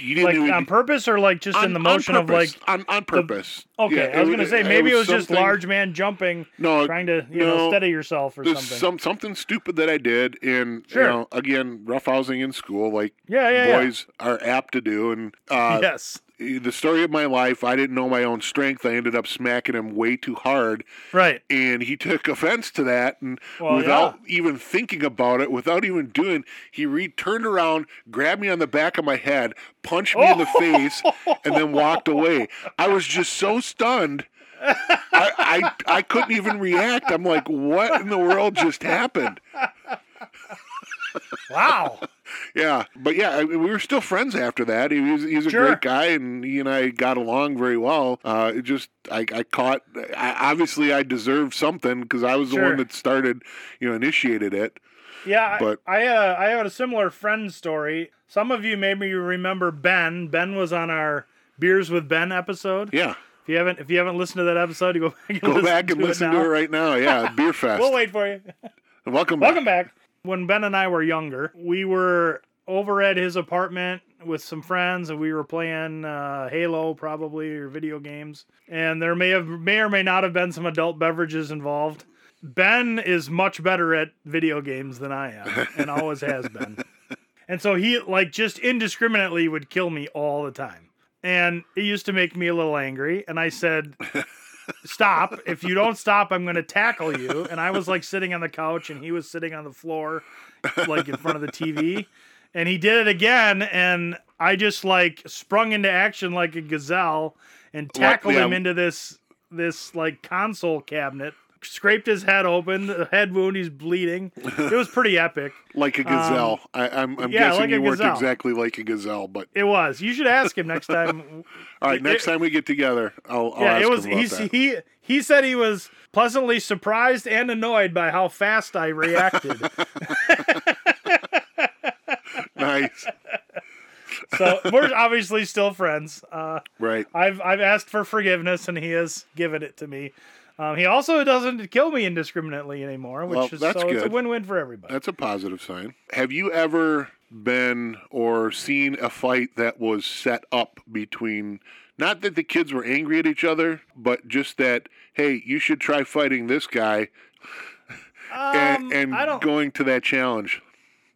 Speaker 1: you didn't
Speaker 3: Like
Speaker 1: even
Speaker 3: on purpose or like just in the motion of like.
Speaker 1: on, on purpose.
Speaker 3: Okay,
Speaker 1: Yeah,
Speaker 3: I was gonna say maybe it was, just
Speaker 1: something-
Speaker 3: large man jumping,
Speaker 1: No,
Speaker 3: trying to you
Speaker 1: no,
Speaker 3: know steady yourself or
Speaker 1: There's
Speaker 3: something.
Speaker 1: some something stupid that I did, and
Speaker 3: Sure.
Speaker 1: you know, again, roughhousing in school, like
Speaker 3: yeah, yeah, yeah.
Speaker 1: boys are apt to do. And uh,
Speaker 3: yes,
Speaker 1: the story of my life, I didn't know my own strength. I ended up smacking him way too hard,
Speaker 3: right.
Speaker 1: and he took offense to that. And
Speaker 3: Well,
Speaker 1: without even thinking about it, without even doing, he re- turned around, grabbed me on the back of my head, punched me in the
Speaker 3: Oh,
Speaker 1: face, and then walked away. I was just so stunned. I, I I couldn't even react. I'm like, what in the world just happened?
Speaker 3: Wow.
Speaker 1: Yeah, but yeah, I mean, we were still friends after that. He was, he's a
Speaker 3: Sure.
Speaker 1: great guy, and he and I got along very well. Uh, it just I, I caught. I, obviously, I deserved something because I was the one
Speaker 3: Sure.
Speaker 1: that started, you know, initiated it.
Speaker 3: Yeah, I-
Speaker 1: But-
Speaker 3: I uh, I had a similar friend story. Some of you maybe remember Ben. Ben was on our Beers with Ben episode.
Speaker 1: Yeah,
Speaker 3: If you haven't if you haven't listened to that episode, you go back and
Speaker 1: go
Speaker 3: listen
Speaker 1: back
Speaker 3: to
Speaker 1: and
Speaker 3: it
Speaker 1: listen
Speaker 3: now.
Speaker 1: to it right now. Yeah, Beer Fest.
Speaker 3: We'll wait for you.
Speaker 1: Welcome,
Speaker 3: Welcome
Speaker 1: back.
Speaker 3: back. When Ben and I were younger, we were over at his apartment with some friends, and we were playing uh, Halo, probably or video games. And there may have may or may not have been some adult beverages involved. Ben is much better at video games than I am, and always has been. And so he like just indiscriminately would kill me all the time. And it used to make me a little angry. And I said, Stop. If you don't stop, I'm gonna tackle you. And I was like sitting on the couch and he was sitting on the floor, like in front of the TV. And he did it again, and I just like sprung into action like a gazelle and
Speaker 1: Well,
Speaker 3: tackled
Speaker 1: yeah.
Speaker 3: him into this this like console cabinet. Scraped his head open, the head wound, he's bleeding. It was pretty epic.
Speaker 1: Like a gazelle. I, I'm, I'm
Speaker 3: Um, yeah,
Speaker 1: guessing
Speaker 3: like a
Speaker 1: you weren't
Speaker 3: gazelle.
Speaker 1: exactly like a gazelle, but
Speaker 3: It was. You should ask him next time.
Speaker 1: all right.
Speaker 3: It-
Speaker 1: Next time we get together, I'll, I'll
Speaker 3: yeah,
Speaker 1: ask
Speaker 3: it was.
Speaker 1: him about
Speaker 3: He's,
Speaker 1: that.
Speaker 3: he he said he was pleasantly surprised and annoyed by how fast I reacted.
Speaker 1: nice.
Speaker 3: so we're obviously still friends. Uh,
Speaker 1: Right.
Speaker 3: I've I've asked for forgiveness and he has given it to me. Um, he also doesn't kill me indiscriminately anymore, which
Speaker 1: Well,
Speaker 3: is
Speaker 1: that's
Speaker 3: so it's a
Speaker 1: good.
Speaker 3: win-win for everybody.
Speaker 1: That's a positive sign. Have you ever been or seen a fight that was set up between not that the kids were angry at each other, but just that hey, you should try fighting this guy and,
Speaker 3: Um,
Speaker 1: and
Speaker 3: I don't
Speaker 1: going to that challenge.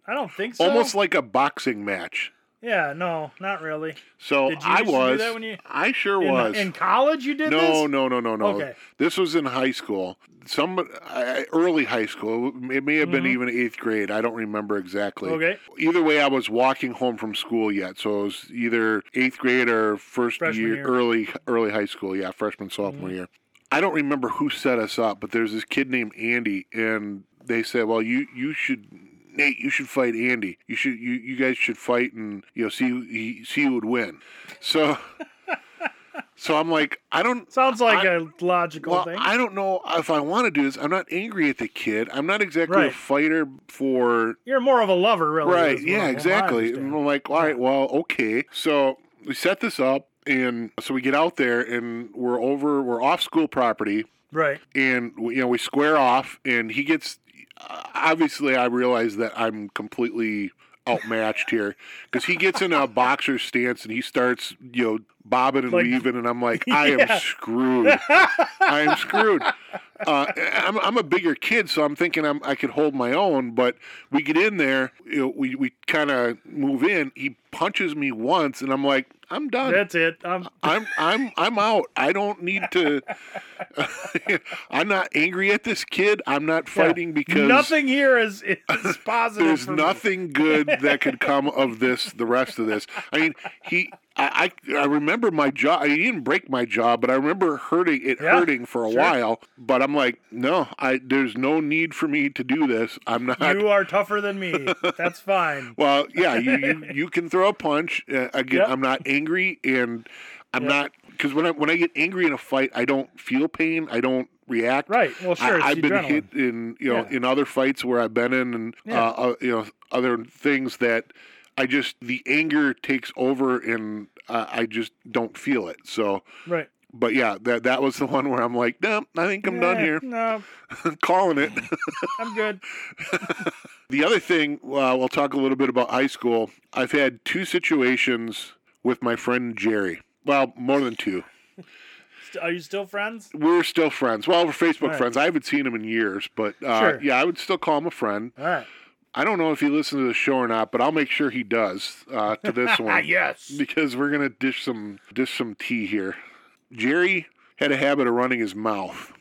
Speaker 3: I don't think so.
Speaker 1: Almost like a boxing match.
Speaker 3: yeah, no, not really.
Speaker 1: So
Speaker 3: Did you
Speaker 1: I
Speaker 3: used to do
Speaker 1: was.
Speaker 3: that when you-
Speaker 1: I sure
Speaker 3: In,
Speaker 1: was.
Speaker 3: in college, you did this.
Speaker 1: no, no, no, no, no.
Speaker 3: Okay.
Speaker 1: This was in high school. Some I- early high school. It may have been even eighth grade. I don't remember exactly.
Speaker 3: Mm-hmm. Okay.
Speaker 1: Either way, I was walking home from school yet, so it was either eighth grade or first
Speaker 3: Freshman
Speaker 1: year,
Speaker 3: year. Mm-hmm.
Speaker 1: early early high school. Yeah, freshman sophomore year. I don't remember who set us up, but there's this kid named Andy, and they said, "Well, you you should." Nate, you should fight Andy. You should you, you guys should fight and you know see who- he, see who would win. So so I'm like I don't
Speaker 3: Sounds like
Speaker 1: I-
Speaker 3: a logical
Speaker 1: well,
Speaker 3: thing.
Speaker 1: I don't know if I want to do this. I'm not angry at the kid. I'm not exactly a
Speaker 3: Right. Oh,
Speaker 1: fighter for
Speaker 3: You're more of a lover, really.
Speaker 1: right.
Speaker 3: is what- what
Speaker 1: Yeah,
Speaker 3: I
Speaker 1: exactly.
Speaker 3: understand.
Speaker 1: And I'm like, all right, well, okay. So we set this up, and so we get out there, and we're over, we're off school property,
Speaker 3: Right.
Speaker 1: and we, you know we square off, and he gets. Obviously, I realize that I'm completely outmatched here because he gets in a boxer stance and he starts, you know, bobbing and
Speaker 3: Like-
Speaker 1: weaving, and I'm like, I
Speaker 3: Yeah.
Speaker 1: am screwed. I'm screwed. Uh, I'm, I'm a bigger kid, so I'm thinking I'm, I could hold my own. But we get in there, you know, we, we kind of move in. He punches me once, and I'm like, I'm done.
Speaker 3: That's it. Um, I'm,
Speaker 1: I'm I'm I'm out. I don't need to. I'm not angry at this kid. I'm not fighting because
Speaker 3: nothing here is is positive.
Speaker 1: there's
Speaker 3: for me.
Speaker 1: nothing good that could come of this. The rest of this. I mean, he. I I, I remember my jaw. I mean, he didn't break my jaw, but I remember hurting it
Speaker 3: Yeah,
Speaker 1: hurting for a
Speaker 3: sure.
Speaker 1: while. But I'm like, no, I. There's no need for me to do this. I'm not.
Speaker 3: You are tougher than me. That's fine.
Speaker 1: well, yeah, you, you you can throw a punch. Uh, again,
Speaker 3: Yep.
Speaker 1: I'm not angry, and I'm
Speaker 3: Yep.
Speaker 1: not because when I when I get angry in a fight, I don't feel pain. I don't react.
Speaker 3: Right. Well, sure.
Speaker 1: I,
Speaker 3: it's
Speaker 1: I've been
Speaker 3: adrenaline.
Speaker 1: hit in you know
Speaker 3: Yeah.
Speaker 1: in other fights where I've been in and
Speaker 3: Yeah.
Speaker 1: uh, uh, you know other things that I just the anger takes over and uh, I just don't feel it. So,
Speaker 3: Right.
Speaker 1: but yeah, that that was the one where I'm like, no, I think I'm done
Speaker 3: Yeah,
Speaker 1: here,
Speaker 3: No,
Speaker 1: calling it.
Speaker 3: I'm good.
Speaker 1: The other thing, uh, we'll talk a little bit about high school. I've had two situations with my friend Jerry. Well, more than two.
Speaker 3: St- Are you still friends?
Speaker 1: We're still friends. Well, we're Facebook
Speaker 3: Right.
Speaker 1: friends. I haven't seen him in years, but uh,
Speaker 3: Sure.
Speaker 1: yeah, I would still call him a friend.
Speaker 3: All right.
Speaker 1: I don't know if he listens to the show or not, but I'll make sure he does uh, to this one
Speaker 3: Ah, yes.
Speaker 1: because we're gonna dish some dish some tea here. Jerry had a habit of running his mouth,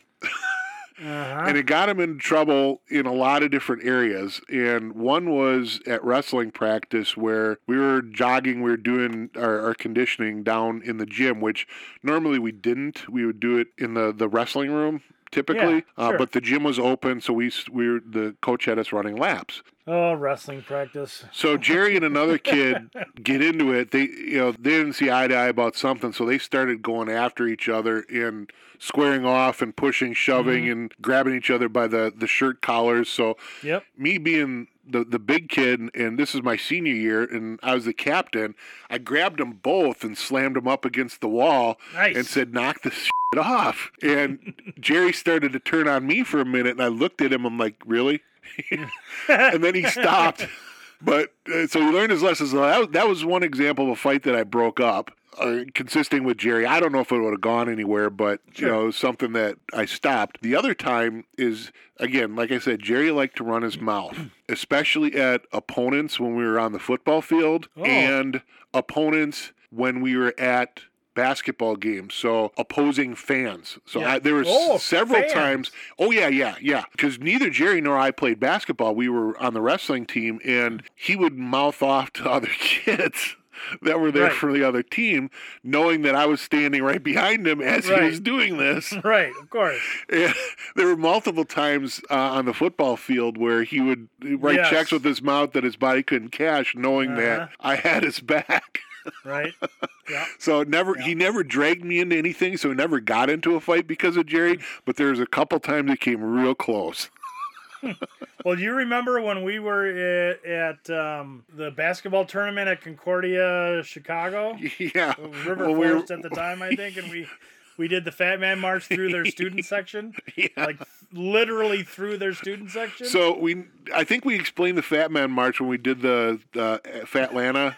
Speaker 3: Uh-huh.
Speaker 1: and it got him in trouble in a lot of different areas. And one was at wrestling practice where we were jogging, we were doing our, our conditioning down in the gym, which normally we didn't. We would do it in the the wrestling room typically, uh,
Speaker 3: sure.
Speaker 1: but the gym was open, so we s- we were, the coach had us running laps.
Speaker 3: Oh, wrestling practice.
Speaker 1: So Jerry and another kid get into it. They you know they didn't see eye to eye about something, so they started going after each other and squaring off and pushing, shoving, and grabbing each other by the the shirt collars. So
Speaker 3: Yep.
Speaker 1: me being the the big kid, and this is my senior year, and I was the captain. I grabbed them both and slammed them up against the wall
Speaker 3: Nice.
Speaker 1: and said, "Knock this." shit Off and Jerry started to turn on me for a minute, and I looked at him. I'm like, "Really?" and then he stopped. But uh, so he learned his lessons. So That was, that was one example of a fight that I broke up, uh, consisting with Jerry. I don't know if it would have gone anywhere, but
Speaker 3: Sure.
Speaker 1: you know, it was something that I stopped. The other time is again, like I said, Jerry liked to run his mouth, especially at opponents when we were on the football field
Speaker 3: Oh.
Speaker 1: and opponents when we were at basketball games. So opposing fans. So
Speaker 3: Yeah.
Speaker 1: I, there were
Speaker 3: Oh,
Speaker 1: several
Speaker 3: fans.
Speaker 1: times Oh yeah, yeah, yeah. Because neither Jerry nor I played basketball. We were on the wrestling team, and he would mouth off to other kids that were there
Speaker 3: Right.
Speaker 1: for the other team, knowing that I was standing right behind him as
Speaker 3: Right.
Speaker 1: he was doing this.
Speaker 3: Right. Of course.
Speaker 1: And there were multiple times uh, on the football field where he would write
Speaker 3: Yes.
Speaker 1: checks with his mouth that his body couldn't cash, knowing
Speaker 3: Uh-huh.
Speaker 1: that I had his back.
Speaker 3: Right. Yeah.
Speaker 1: So it never
Speaker 3: Yeah.
Speaker 1: he never dragged me into anything, so he never got into a fight because of Jerry. But there was a couple times it came real close.
Speaker 3: Well, you remember when we were at, at um, the basketball tournament at Concordia, Chicago?
Speaker 1: Yeah.
Speaker 3: River
Speaker 1: Well, we were-
Speaker 3: Forest at the time, I think, and we we did the Fat Man March through their student section,
Speaker 1: Yeah.
Speaker 3: like literally through their student section.
Speaker 1: so we, I think we explained the Fat Man March when we did the the Fatlanta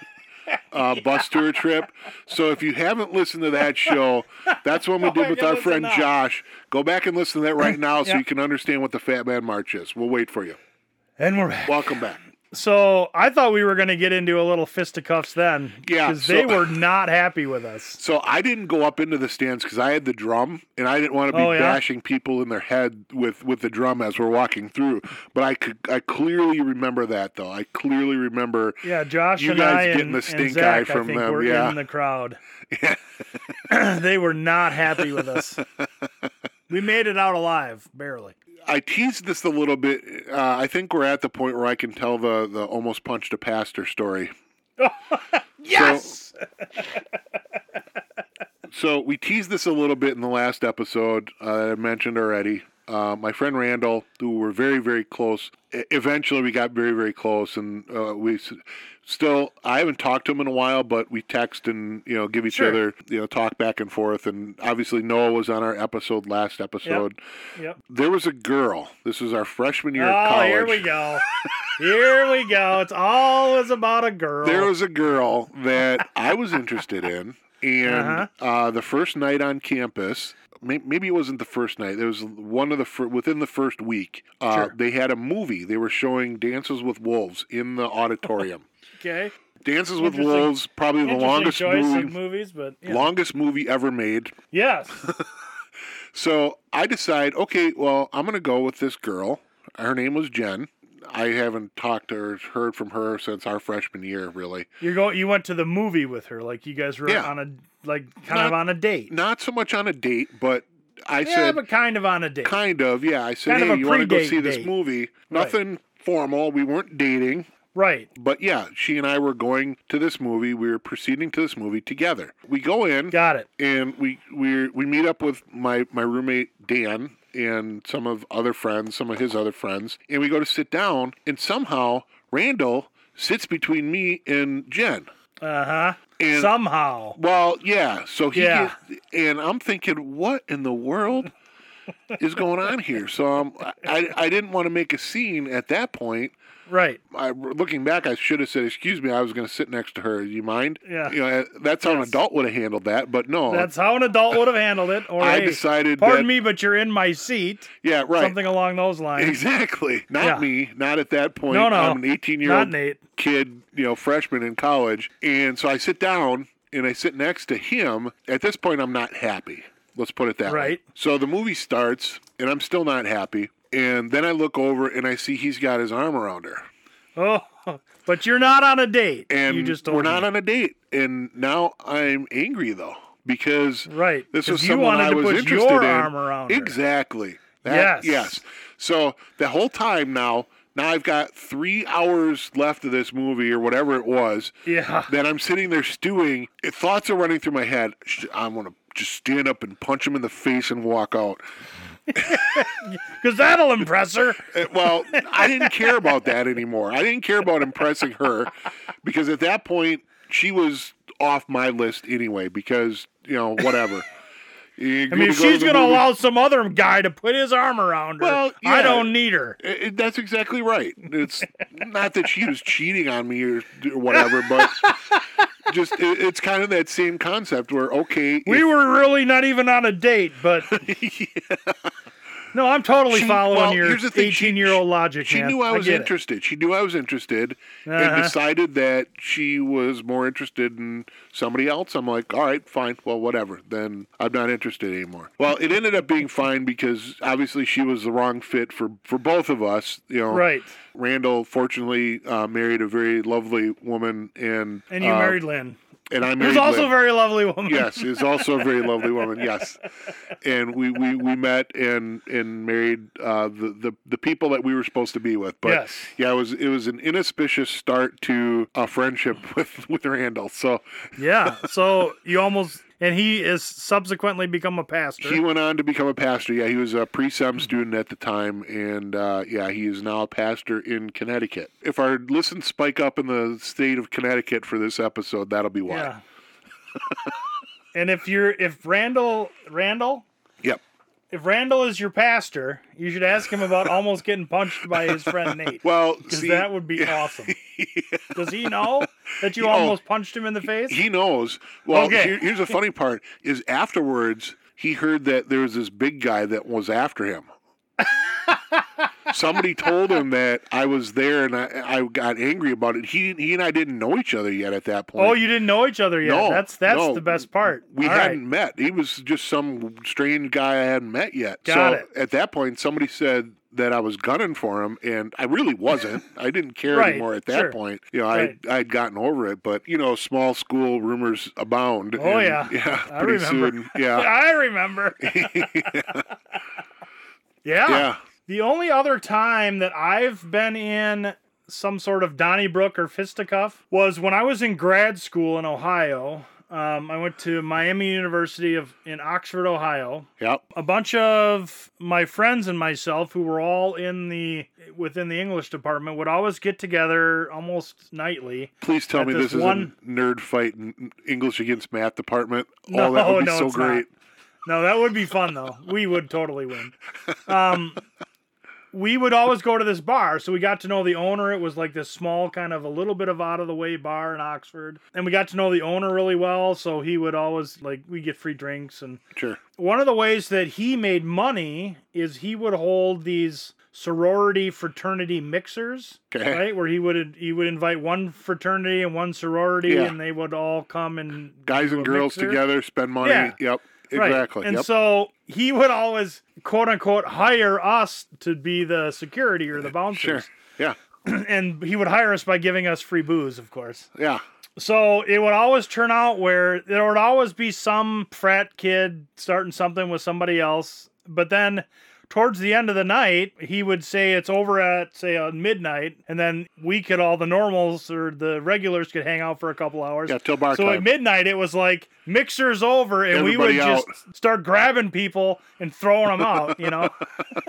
Speaker 1: uh, bus tour trip. So if you haven't listened to that show, that's one we
Speaker 3: Oh my
Speaker 1: did with our
Speaker 3: goodness,
Speaker 1: friend
Speaker 3: enough.
Speaker 1: Josh. Go back and listen to that right now, so
Speaker 3: Yeah.
Speaker 1: you can understand what the Fat Man March is. We'll wait for you.
Speaker 3: and we're back.
Speaker 1: Welcome back.
Speaker 3: So I thought we were going to get into a little fisticuffs then,
Speaker 1: Yeah,
Speaker 3: because they
Speaker 1: so-
Speaker 3: were not happy with us.
Speaker 1: So I didn't go up into the stands because I had the drum and I didn't want to be
Speaker 3: Oh, yeah?
Speaker 1: bashing people in their head with, with the drum as we're walking through. But I could I clearly remember that though. I clearly remember
Speaker 3: Yeah, Josh
Speaker 1: You
Speaker 3: and
Speaker 1: guys
Speaker 3: I
Speaker 1: getting
Speaker 3: and,
Speaker 1: the
Speaker 3: and
Speaker 1: stink eye
Speaker 3: Zach,
Speaker 1: from
Speaker 3: I think
Speaker 1: them,
Speaker 3: were
Speaker 1: yeah.
Speaker 3: in the crowd. they were not happy with us. we made it out alive, barely.
Speaker 1: I teased this a little bit. Uh, I think we're at the point where I can tell the the almost punched a pastor story.
Speaker 3: yes.
Speaker 1: So we teased this a little bit in the last episode. Uh, I mentioned already. Uh, my friend Randall, who were very very close. e- Eventually, we got very very close, and uh, we s- still. I haven't talked to him in a while, but we text and you know give each
Speaker 3: Sure.
Speaker 1: other you know talk back and forth. And obviously, Noah was on our episode last episode.
Speaker 3: yep.
Speaker 1: There was a girl. This was our freshman year
Speaker 3: oh,
Speaker 1: of college.
Speaker 3: here we go. Here we go. It's always about a girl.
Speaker 1: There was a girl that I was interested in,
Speaker 3: Uh-huh.
Speaker 1: and uh the first night on campus, may- maybe it wasn't the first night. There was one of the fir- within the first week. Uh,
Speaker 3: Sure.
Speaker 1: They had a movie. They were showing Dances with Wolves in the auditorium.
Speaker 3: okay.
Speaker 1: Dances with
Speaker 3: Interesting-
Speaker 1: Wolves, probably the
Speaker 3: Interesting
Speaker 1: longest
Speaker 3: choice
Speaker 1: movie,
Speaker 3: of movies, but yeah.
Speaker 1: longest movie ever made.
Speaker 3: yes.
Speaker 1: So I decide, okay, well, I'm gonna go with this girl. Her name was Jen. I haven't talked or heard from her since our freshman year, really.
Speaker 3: You're going. You went to the movie with her, like you guys were
Speaker 1: Yeah.
Speaker 3: on a like kind
Speaker 1: Not-
Speaker 3: of on a date.
Speaker 1: not so much on a date, but I
Speaker 3: yeah,
Speaker 1: said
Speaker 3: but kind of on a date.
Speaker 1: kind of, yeah. I said,
Speaker 3: Kind of
Speaker 1: hey,
Speaker 3: a
Speaker 1: you want to go
Speaker 3: pre-date
Speaker 1: see this
Speaker 3: date.
Speaker 1: movie? Nothing formal. We weren't dating,
Speaker 3: Right.
Speaker 1: but yeah, she and I were going to this movie. We were proceeding to this movie together. We go in
Speaker 3: Got it.
Speaker 1: and we we we meet up with my my roommate Dan and some of other friends, some of his other friends, and we go to sit down, and somehow Randall sits between me and Jen.
Speaker 3: Uh huh.
Speaker 1: And
Speaker 3: Somehow.
Speaker 1: Well, yeah. So he
Speaker 3: Yeah.
Speaker 1: get- and I'm thinking, what in the world is going on here? So um, I I didn't want to make a scene at that point.
Speaker 3: Right.
Speaker 1: I, looking back, I should have said, "Excuse me, I was going to sit next to her. You mind?"
Speaker 3: Yeah.
Speaker 1: You know, that's how an adult would have handled that, but no.
Speaker 3: That's how an adult would have handled it. Or
Speaker 1: I
Speaker 3: hey,
Speaker 1: decided
Speaker 3: Pardon
Speaker 1: that-
Speaker 3: me, but you're in my seat.
Speaker 1: yeah, right.
Speaker 3: Something along those lines.
Speaker 1: Exactly. Not
Speaker 3: Yeah.
Speaker 1: me. Not at that point.
Speaker 3: No, no.
Speaker 1: I'm an 18 year
Speaker 3: Not
Speaker 1: old
Speaker 3: Nate.
Speaker 1: kid, you know, freshman in college. And so I sit down and I sit next to him. At this point, I'm not happy. Let's put it that way.
Speaker 3: Right.
Speaker 1: So the movie starts and I'm still not happy. And then I look over and I see he's got his arm around her.
Speaker 3: Oh, but you're not on a date.
Speaker 1: And
Speaker 3: you just told
Speaker 1: we're not
Speaker 3: me.
Speaker 1: on a date. And now I'm angry though because
Speaker 3: right.
Speaker 1: this
Speaker 3: 'Cause
Speaker 1: was
Speaker 3: you
Speaker 1: someone
Speaker 3: wanted
Speaker 1: I
Speaker 3: to
Speaker 1: was
Speaker 3: put
Speaker 1: interested
Speaker 3: your
Speaker 1: in.
Speaker 3: arm around. her.
Speaker 1: Exactly. That-
Speaker 3: Yes.
Speaker 1: Yes. So the whole time now, now I've got three hours left of this movie or whatever it was.
Speaker 3: Yeah.
Speaker 1: That I'm sitting there stewing. It- Thoughts are running through my head. Sh- I'm gonna just stand up and punch him in the face and walk out.
Speaker 3: Because that'll impress her.
Speaker 1: Uh, Well, I didn't care about that anymore. I didn't care about impressing her because at that point she was off my list anyway. Because you know whatever. You
Speaker 3: I mean,
Speaker 1: go
Speaker 3: if
Speaker 1: to the
Speaker 3: she's going to
Speaker 1: movies-
Speaker 3: allow some other guy to put his arm around her,
Speaker 1: Well,
Speaker 3: I
Speaker 1: yeah.
Speaker 3: don't need her.
Speaker 1: It, it- that's exactly right. It's not that she was cheating on me or, or whatever, but just it, it's kind of that same concept where okay,
Speaker 3: We
Speaker 1: if
Speaker 3: were really not even on a date, but. No, I'm totally
Speaker 1: She-
Speaker 3: following
Speaker 1: well,
Speaker 3: your
Speaker 1: here's the thing, she-
Speaker 3: 18 year old logic.
Speaker 1: she
Speaker 3: man.
Speaker 1: knew I was
Speaker 3: get it.
Speaker 1: interested. She knew I was interested,
Speaker 3: Uh-huh.
Speaker 1: and decided that she was more interested in somebody else. I'm like, all right, fine, well, whatever. Then I'm not interested anymore. Well, it ended up being fine because obviously she was the wrong fit for for both of us. You know,
Speaker 3: Right.
Speaker 1: Randall fortunately uh, married a very lovely woman, and
Speaker 3: And you
Speaker 1: uh,
Speaker 3: married Lynn.
Speaker 1: and I married.
Speaker 3: Who's also a
Speaker 1: Lynn.
Speaker 3: very lovely woman.
Speaker 1: yes, is also a very lovely woman. Yes, and we, we, we met and and married uh, the, the the people that we were supposed to be with. But
Speaker 3: Yes.
Speaker 1: yeah, it was it was an inauspicious start to a friendship with with Randall. So
Speaker 3: Yeah. So you almost and he is subsequently become a pastor.
Speaker 1: he went on to become a pastor. Yeah, he was a pre sem student at the time, and uh, yeah, he is now a pastor in Connecticut. If our listens spike up in the state of Connecticut for this episode, that'll be why.
Speaker 3: yeah. and if you're if Randall Randall
Speaker 1: Yep.
Speaker 3: if Randall is your pastor, you should ask him about almost getting punched by his friend Nate.
Speaker 1: Well,
Speaker 3: Because
Speaker 1: see,
Speaker 3: that would be awesome. Does he know that you
Speaker 1: Oh.
Speaker 3: almost punched him in the face?
Speaker 1: He knows. Well,
Speaker 3: Okay.
Speaker 1: here, here's the funny part: is afterwards he heard that there was this big guy that was after him. Somebody told him that I was there, and I, I got angry about it. He he and I didn't know each other yet at that point.
Speaker 3: oh, you didn't know each other yet.
Speaker 1: No,
Speaker 3: that's that's
Speaker 1: no.
Speaker 3: the best part.
Speaker 1: we
Speaker 3: All right.
Speaker 1: hadn't met. He was just some strange guy I hadn't met yet.
Speaker 3: Got
Speaker 1: so
Speaker 3: it.
Speaker 1: at that point, somebody said that I was gunning for him, and I really wasn't. I didn't care
Speaker 3: Right,
Speaker 1: anymore at that
Speaker 3: sure.
Speaker 1: point. You know,
Speaker 3: Right.
Speaker 1: I I'd gotten over it, but you know, small school rumors abound.
Speaker 3: Oh,
Speaker 1: and,
Speaker 3: yeah.
Speaker 1: yeah.
Speaker 3: I
Speaker 1: pretty
Speaker 3: remember.
Speaker 1: soon, yeah,
Speaker 3: I remember. yeah.
Speaker 1: yeah.
Speaker 3: The only other time that I've been in some sort of Donnybrook or fisticuff was when I was in grad school in Ohio. Um, I went to Miami University of in Oxford, Ohio.
Speaker 1: Yep.
Speaker 3: A bunch of my friends and myself, who were all in the within the English department, would always get together almost nightly.
Speaker 1: Please tell
Speaker 3: At
Speaker 1: me
Speaker 3: this
Speaker 1: this is
Speaker 3: one-
Speaker 1: a nerd fight in English against math department.
Speaker 3: No,
Speaker 1: oh, that would be
Speaker 3: no,
Speaker 1: so
Speaker 3: it's
Speaker 1: great.
Speaker 3: No, that would be fun though. We would totally win. Um, we would always go to this bar, so we got to know the owner. It was like this small, kind of a little bit of out of the way bar in Oxford, and we got to know the owner really well. So he would always like we get free drinks, and
Speaker 1: Sure.
Speaker 3: one of the ways that he made money is he would hold these sorority fraternity mixers
Speaker 1: Okay.
Speaker 3: right where he would he would invite one fraternity and one sorority
Speaker 1: Yeah.
Speaker 3: and they would all come and
Speaker 1: Guys
Speaker 3: do
Speaker 1: and
Speaker 3: a
Speaker 1: girls
Speaker 3: mixer.
Speaker 1: together spend money.
Speaker 3: Yeah.
Speaker 1: Yep.
Speaker 3: Right.
Speaker 1: Exactly.
Speaker 3: And
Speaker 1: yep.
Speaker 3: so he would always quote unquote hire us to be the security or the
Speaker 1: sure.
Speaker 3: bouncers.
Speaker 1: Yeah.
Speaker 3: And he would hire us by giving us free booze, of course.
Speaker 1: Yeah.
Speaker 3: So it would always turn out where there would always be some frat kid starting something with somebody else. But then towards the end of the night, he would say it's over at, say, uh, midnight. And then we could, all the normals or the regulars could hang out for a couple hours.
Speaker 1: Yeah. Till bar
Speaker 3: So at
Speaker 1: time.
Speaker 3: midnight, it was like mixers over, and we would
Speaker 1: Everybody
Speaker 3: just start grabbing people and throwing them out. You know,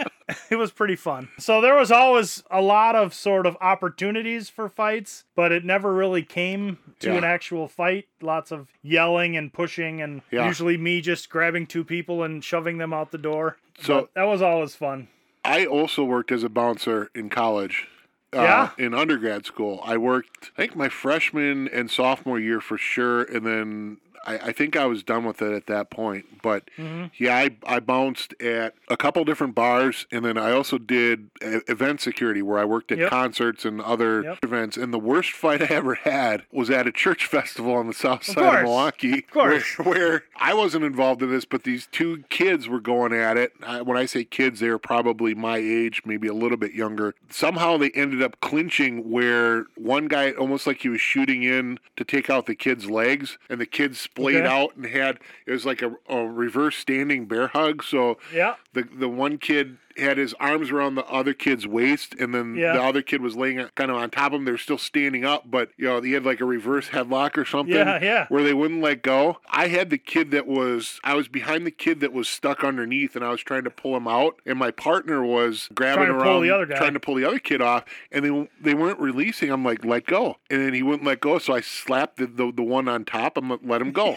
Speaker 3: it was pretty fun. So there was always a lot of sort of opportunities for fights, but it never really came to
Speaker 1: Yeah.
Speaker 3: an actual fight. Lots of yelling and pushing, and
Speaker 1: Yeah.
Speaker 3: usually me just grabbing two people and shoving them out the door.
Speaker 1: So-
Speaker 3: But that was always fun.
Speaker 1: I also worked as a bouncer in college. uh,
Speaker 3: Yeah?
Speaker 1: In undergrad school, I worked, I think, my freshman and sophomore year for sure. And then I, I think I was done with it at that point. But
Speaker 3: Mm-hmm.
Speaker 1: yeah, I, I bounced at a couple different bars. And then I also did e- event security where I worked at
Speaker 3: Yep.
Speaker 1: concerts and other
Speaker 3: Yep.
Speaker 1: events. And the worst fight I ever had was at a church festival on the south side
Speaker 3: course.
Speaker 1: of Milwaukee. Of
Speaker 3: course.
Speaker 1: Where, where I wasn't involved in this, but these two kids were going at it. I, when I say kids, they were probably my age, maybe a little bit younger. Somehow they ended up clinching where one guy, almost like he was shooting in to take out the kid's legs, and the kid splayed
Speaker 3: Okay.
Speaker 1: out and had, it was like a, a reverse standing bear hug. So
Speaker 3: Yeah.
Speaker 1: the the one kid had his arms around the other kid's waist, and then
Speaker 3: Yeah.
Speaker 1: the other kid was laying kind of on top of him. they were still standing up, but you know he had like a reverse headlock or something.
Speaker 3: Yeah, yeah.
Speaker 1: Where they wouldn't let go. I had the kid that was I was behind the kid that was stuck underneath, and I was trying to pull him out, and my partner was grabbing
Speaker 3: Trying to
Speaker 1: around,
Speaker 3: pull the other guy.
Speaker 1: trying to pull the other kid off, and they they weren't releasing. I'm like, let go, and then he wouldn't let go, so I slapped the the, the one on top and let him go.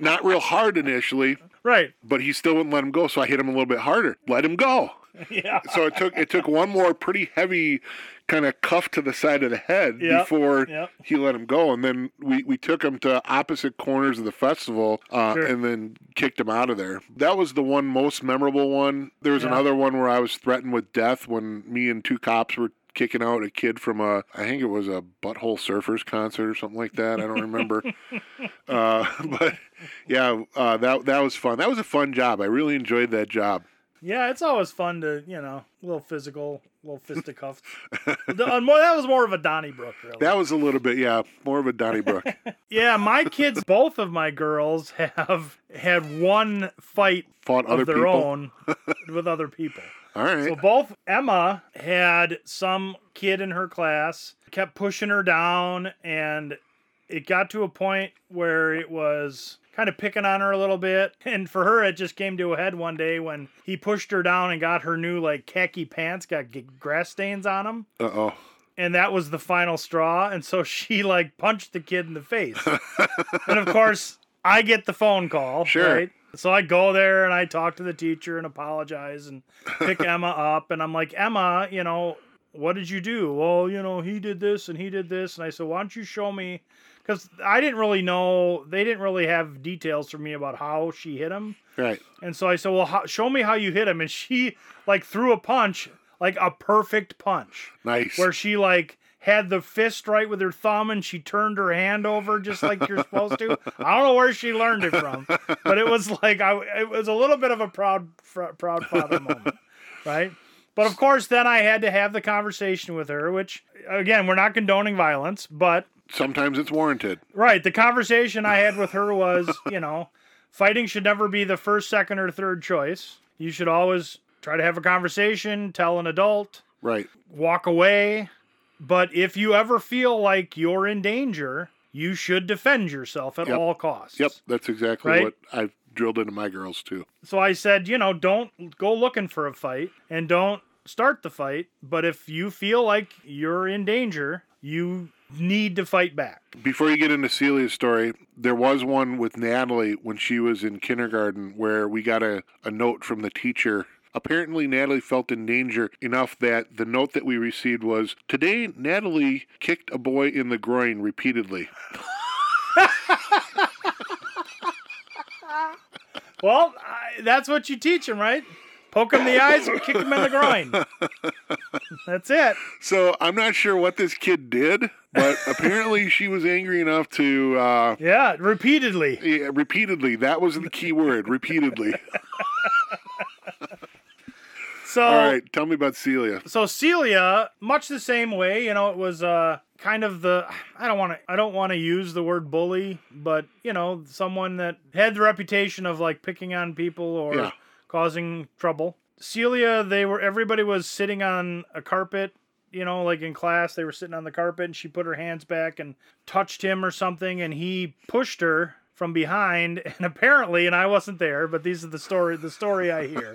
Speaker 1: Not real hard initially,
Speaker 3: Right.
Speaker 1: but he still wouldn't let him go. So I hit him a little bit harder. Let him go.
Speaker 3: Yeah.
Speaker 1: So it took it took one more pretty heavy kind of cuff to the side of the head
Speaker 3: Yep,
Speaker 1: before
Speaker 3: yep.
Speaker 1: he let him go. And then we, we took him to opposite corners of the festival uh,
Speaker 3: Sure.
Speaker 1: and then kicked him out of there. That was the one most memorable one. There was
Speaker 3: Yeah.
Speaker 1: another one where I was threatened with death when me and two cops were kicking out a kid from a I think it was a Butthole Surfers concert or something like that. I don't remember. uh, but yeah, uh, that that was fun. That was a fun job. I really enjoyed that job.
Speaker 3: Yeah, it's always fun to, you know, a little physical, a little fisticuffs. the, uh, more, that was more of a Donnybrook, really.
Speaker 1: That was a little bit, yeah, more of a Donnybrook.
Speaker 3: yeah, my kids, both of my girls, have had one fight
Speaker 1: Fought other
Speaker 3: of their
Speaker 1: people.
Speaker 3: own with other people.
Speaker 1: All right.
Speaker 3: So both Emma had some kid in her class kept pushing her down, and it got to a point where it was kind of picking on her a little bit. And for her, it just came to a head one day when he pushed her down and got her new like khaki pants got g- grass stains on them,
Speaker 1: Uh oh.
Speaker 3: and that was the final straw. And so she like punched the kid in the face, and of course I get the phone call.
Speaker 1: Sure.
Speaker 3: Right? So I go there and I talk to the teacher and apologize and pick Emma up. And I'm like, Emma, you know, what did you do? Well, you know, he did this and he did this. And I said, why don't you show me? Because I didn't really know, they didn't really have details for me about how she hit him.
Speaker 1: Right.
Speaker 3: And so I said, well, how, show me how you hit him. And she like threw a punch, like a perfect punch
Speaker 1: Nice.
Speaker 3: where she like had the fist right with her thumb and she turned her hand over just like you're supposed to. I don't know where she learned it from, but it was like I it was a little bit of a proud fr- proud father moment, right? But of course, then I had to have the conversation with her, which again, we're not condoning violence, but
Speaker 1: Sometimes it's warranted.
Speaker 3: right, the conversation I had with her was, you know, fighting should never be the first, second or third choice. You should always try to have a conversation, tell an adult,
Speaker 1: Right.
Speaker 3: walk away. But if you ever feel like you're in danger, you should defend yourself at
Speaker 1: Yep.
Speaker 3: all costs.
Speaker 1: Yep. That's exactly
Speaker 3: Right?
Speaker 1: what I've drilled into my girls too.
Speaker 3: So I said, you know, don't go looking for a fight and don't start the fight. But if you feel like you're in danger, you need to fight back.
Speaker 1: Before you get into Celia's story, there was one with Natalie when she was in kindergarten where we got a, a note from the teacher. Apparently, Natalie felt in danger enough that the note that we received was Today, Natalie kicked a boy in the groin repeatedly.
Speaker 3: Well, I, that's what you teach them, right? Poke them in the eyes and kick them in the groin. That's it.
Speaker 1: So, I'm not sure what this kid did, but apparently, she was angry enough to uh,
Speaker 3: Yeah, repeatedly.
Speaker 1: yeah, repeatedly. That was the key word repeatedly.
Speaker 3: So
Speaker 1: All right, tell me about Celia.
Speaker 3: so Celia, much the same way, you know, it was uh kind of the I don't want to I don't want to use the word bully, but you know, someone that had the reputation of like picking on people or
Speaker 1: Yeah.
Speaker 3: causing trouble. Celia, they were everybody was sitting on a carpet, you know, like in class, they were sitting on the carpet and she put her hands back and touched him or something and he pushed her from behind and apparently and I wasn't there, but these are the story the story I hear.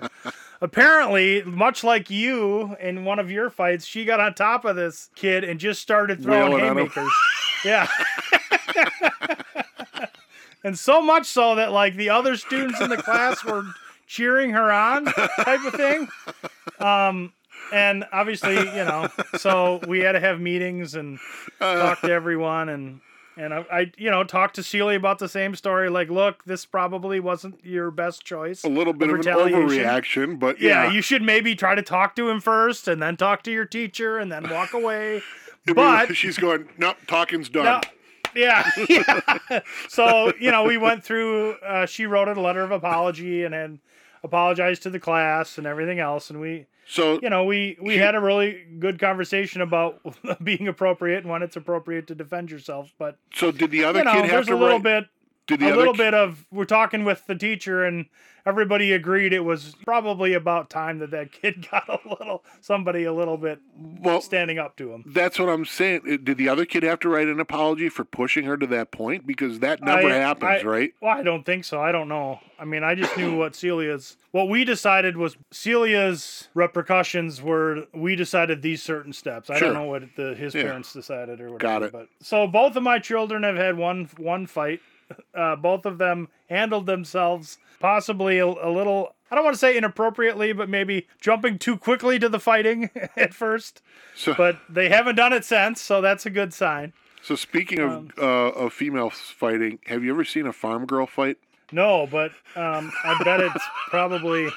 Speaker 3: apparently, much like you in one of your fights, she got on top of this kid and just started throwing
Speaker 1: Wailing on him.
Speaker 3: haymakers. yeah. and so much so that like the other students in the class were cheering her on, type of thing. Um, and obviously, you know, so we had to have meetings and talk to everyone and and I, I you know talked to Celia about the same story like look this probably wasn't your best choice
Speaker 1: A little bit of an
Speaker 3: Retaliation.
Speaker 1: overreaction, but
Speaker 3: yeah,
Speaker 1: yeah,
Speaker 3: you should maybe try to talk to him first and then talk to your teacher and then walk away.
Speaker 1: I mean,
Speaker 3: but
Speaker 1: she's going, nope, talking's done.
Speaker 3: no, yeah, yeah. so you know, we went through. Uh, she wrote a letter of apology and then apologized to the class and everything else. And we,
Speaker 1: So
Speaker 3: you know, we we
Speaker 1: She-
Speaker 3: had a really good conversation about being appropriate and when it's appropriate to defend yourself. But
Speaker 1: so did the other
Speaker 3: you know,
Speaker 1: kid have
Speaker 3: there's
Speaker 1: to
Speaker 3: a little
Speaker 1: write?
Speaker 3: bit
Speaker 1: did the
Speaker 3: a
Speaker 1: other
Speaker 3: little
Speaker 1: ki-
Speaker 3: bit of we're talking with the teacher and everybody agreed it was probably about time that that kid got a little somebody a little bit
Speaker 1: Well,
Speaker 3: standing up to him
Speaker 1: that's what I'm saying. Uh, Did the other kid have to write an apology for pushing her to that point? Because that never
Speaker 3: I-
Speaker 1: happens,
Speaker 3: I-
Speaker 1: right?
Speaker 3: well i don't think so i don't know i mean i just knew what celia's what we decided was celia's repercussions were we decided these certain steps i
Speaker 1: Sure.
Speaker 3: don't know what the his
Speaker 1: Yeah.
Speaker 3: parents decided or whatever
Speaker 1: Got it.
Speaker 3: but so both of my children have had one one fight uh, both of them handled themselves possibly a, a little i don't want to say inappropriately but maybe jumping too quickly to the fighting at first
Speaker 1: So,
Speaker 3: but they haven't done it since so that's a good sign
Speaker 1: so speaking of
Speaker 3: um,
Speaker 1: uh, of females fighting, have you ever seen a farm girl fight?
Speaker 3: no but um, i bet it's probably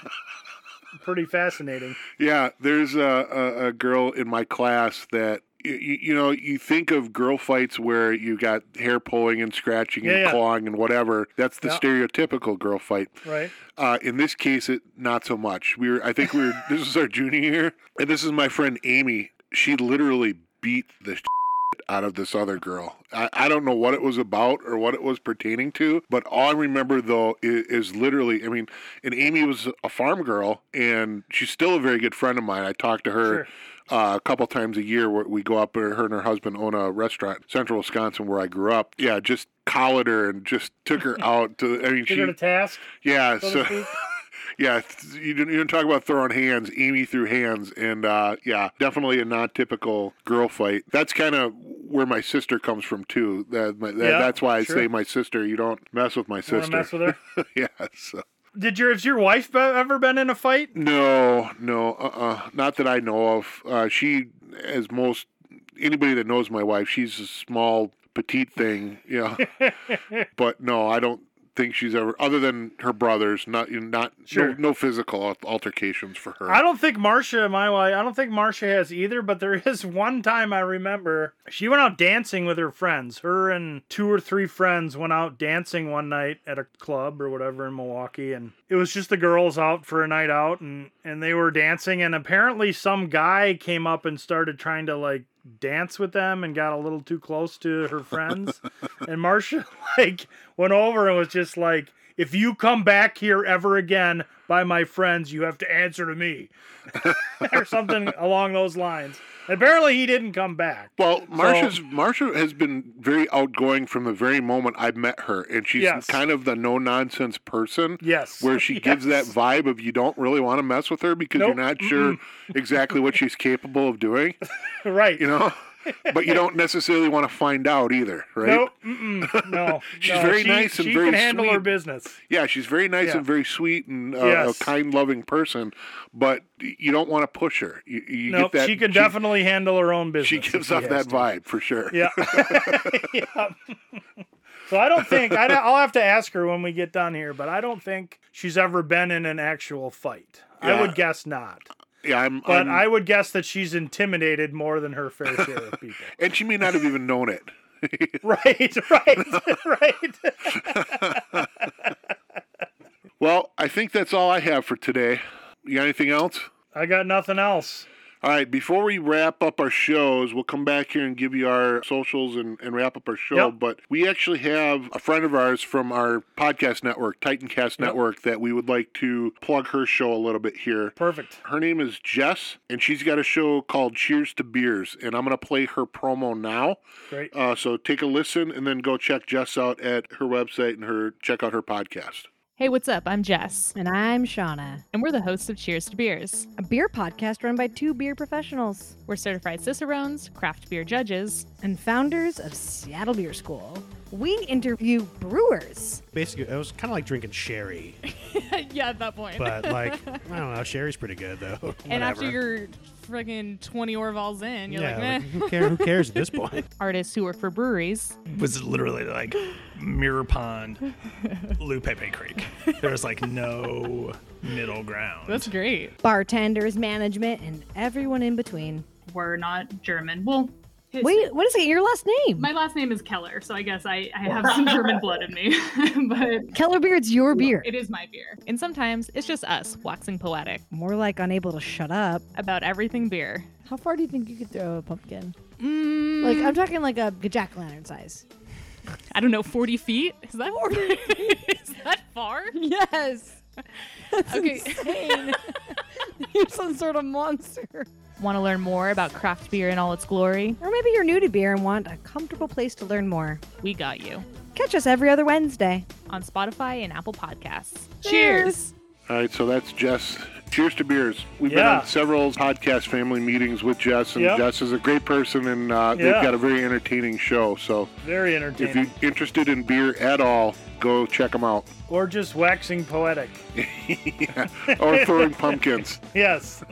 Speaker 3: pretty fascinating
Speaker 1: Yeah, there's a, a, a girl in my class that you, you know you think of girl fights where you got hair pulling and scratching and
Speaker 3: Yeah, yeah.
Speaker 1: clawing and whatever. That's the
Speaker 3: Yeah.
Speaker 1: stereotypical girl fight.
Speaker 3: right
Speaker 1: Uh, in this case, it not so much. We were, I think we were. this is our junior year, and this is my friend Amy. She literally beat the shit out of this other girl. I, I don't know what it was about or what it was pertaining to, but all I remember though is, is literally. I mean, and Amy was a farm girl, and she's still a very good friend of mine. I talk to her.
Speaker 3: Sure.
Speaker 1: Uh, a couple times a year, where we go up, her her and her husband own a restaurant, Central Wisconsin, where I grew up. Yeah, just collared her and just took her out to. I mean,
Speaker 3: figured
Speaker 1: she
Speaker 3: a task
Speaker 1: yeah.
Speaker 3: so to
Speaker 1: So
Speaker 3: speak.
Speaker 1: yeah, th- you didn't, you didn't talk about throwing hands. Amy threw hands, and uh, yeah, definitely a non-typical girl fight. That's kind of where my sister comes from too. That, my, that
Speaker 3: Yeah,
Speaker 1: that's why I
Speaker 3: sure.
Speaker 1: say my sister. You don't mess with my
Speaker 3: Wanna
Speaker 1: sister.
Speaker 3: mess with her
Speaker 1: yeah. So.
Speaker 3: did your has your wife be- ever been in a fight
Speaker 1: No, no, uh-uh. not that I know of. Uh, she, as most anybody that knows my wife, she's a small, petite thing. Yeah, but no, I don't think she's ever, other than her brothers. Not, not,
Speaker 3: Sure.
Speaker 1: no, no physical al- altercations for her.
Speaker 3: I don't think Marcia, my wife, I don't think Marcia has either, but there is one time I remember she went out dancing with her friends. Her and two or three friends went out dancing one night at a club or whatever in Milwaukee and it was just the girls out for a night out and and they were dancing and apparently some guy came up and started trying to like dance with them and got a little too close to her friends and Marcia like went over and was just like if you come back here ever again by my friends, you have to answer to me, or something along those lines. Apparently, he didn't come back.
Speaker 1: Well, Marsha's Marsha has been very outgoing from the very moment I met her, and she's
Speaker 3: Yes.
Speaker 1: kind of the no nonsense person.
Speaker 3: Yes.
Speaker 1: Where she gives that
Speaker 3: Yes.
Speaker 1: vibe of you don't really want to mess with her because
Speaker 3: Nope.
Speaker 1: you're not sure exactly what she's capable of doing,
Speaker 3: right.
Speaker 1: you know? But you don't necessarily want to find out either, right?
Speaker 3: Nope. Mm-mm. No.
Speaker 1: She's
Speaker 3: No.
Speaker 1: very
Speaker 3: She-
Speaker 1: nice and
Speaker 3: she
Speaker 1: very
Speaker 3: can handle her
Speaker 1: sweet.
Speaker 3: business.
Speaker 1: Yeah, she's very nice
Speaker 3: Yeah.
Speaker 1: and very sweet and uh,
Speaker 3: Yes.
Speaker 1: a kind, loving person, but y- you don't want to push her. You, you
Speaker 3: No,
Speaker 1: get that,
Speaker 3: she can definitely handle her own business.
Speaker 1: She
Speaker 3: if
Speaker 1: gives
Speaker 3: she
Speaker 1: off
Speaker 3: has
Speaker 1: that
Speaker 3: to.
Speaker 1: vibe for sure.
Speaker 3: Yeah. yeah. so I don't think I, will have to ask her when we get done here, but I don't think she's ever been in an actual fight. I
Speaker 1: Yeah. Um,
Speaker 3: would guess not,
Speaker 1: Yeah, I'm.
Speaker 3: but
Speaker 1: I'm-
Speaker 3: i would guess that she's intimidated more than her fair share of people.
Speaker 1: and she may not have even known it.
Speaker 3: right, right, right.
Speaker 1: Well, I think that's all I have for today. You got anything else?
Speaker 3: I got nothing else.
Speaker 1: All right, before we wrap up our shows, we'll come back here and give you our socials and, and wrap up our show.
Speaker 3: Yep.
Speaker 1: But we actually have a friend of ours from our podcast network, Titancast Network, that we would like to plug her show a little bit here.
Speaker 3: Perfect.
Speaker 1: Her name is Jess, and she's got a show called Cheers to Beers, and I'm going to play her promo now.
Speaker 3: Great.
Speaker 1: Uh, so take a listen and then go check Jess out at her website and her check out her podcast.
Speaker 4: Hey, what's up? I'm Jess,
Speaker 5: And I'm Shauna,
Speaker 4: and we're the hosts of Cheers to Beers.
Speaker 5: a beer podcast run by two beer professionals
Speaker 4: We're certified Cicerones, craft beer judges.
Speaker 5: and founders of Seattle Beer School. We interview brewers.
Speaker 6: Basically, it was kind of like drinking sherry,
Speaker 4: yeah, at that point.
Speaker 6: but like I don't know, sherry's pretty good though.
Speaker 4: and after
Speaker 6: Whatever.
Speaker 4: you're friggin' 20 Orvals in, you're
Speaker 6: yeah,
Speaker 4: like,
Speaker 6: like,
Speaker 4: meh.
Speaker 6: who, care, who cares at this point?
Speaker 4: Artists who work for breweries.
Speaker 7: was literally like Mirror Pond, Lou Pepe Creek. There was like no middle ground.
Speaker 4: That's great.
Speaker 5: Bartenders, management, and everyone in between.
Speaker 8: were not German. Well, his-
Speaker 5: Wait, what is it? Your last name?
Speaker 8: my last name is Keller, so I guess I, I have some German blood in me, but
Speaker 5: Keller Beard's your beer.
Speaker 8: it is my beer.
Speaker 4: And sometimes it's just us waxing poetic
Speaker 5: More like unable to shut up.
Speaker 4: about everything beer.
Speaker 9: How far do you think you could throw a pumpkin?
Speaker 4: Mm,
Speaker 9: Like I'm talking like a jack o' lantern size.
Speaker 4: I don't know, 40 feet? Is that, is that far?
Speaker 9: Yes. That's
Speaker 4: Okay.
Speaker 9: insane. You're some sort of monster.
Speaker 4: Want to learn more about craft beer in all its glory?
Speaker 5: Or maybe you're new to beer and want a comfortable place to learn more.
Speaker 4: We got you
Speaker 5: Catch us every other Wednesday.
Speaker 4: on Spotify and Apple Podcasts.
Speaker 5: Cheers.
Speaker 1: All right, so that's Jess. Cheers to beers. We've been
Speaker 3: Yeah.
Speaker 1: on several podcast family meetings with Jess, and
Speaker 3: Yep.
Speaker 1: Jess is a great person, and uh,
Speaker 3: Yeah.
Speaker 1: they've got a very entertaining show. So
Speaker 3: Very
Speaker 1: if you're
Speaker 3: entertaining.
Speaker 1: interested in beer at all, go check them out.
Speaker 3: Or just waxing poetic.
Speaker 1: Or throwing pumpkins.
Speaker 3: Yes.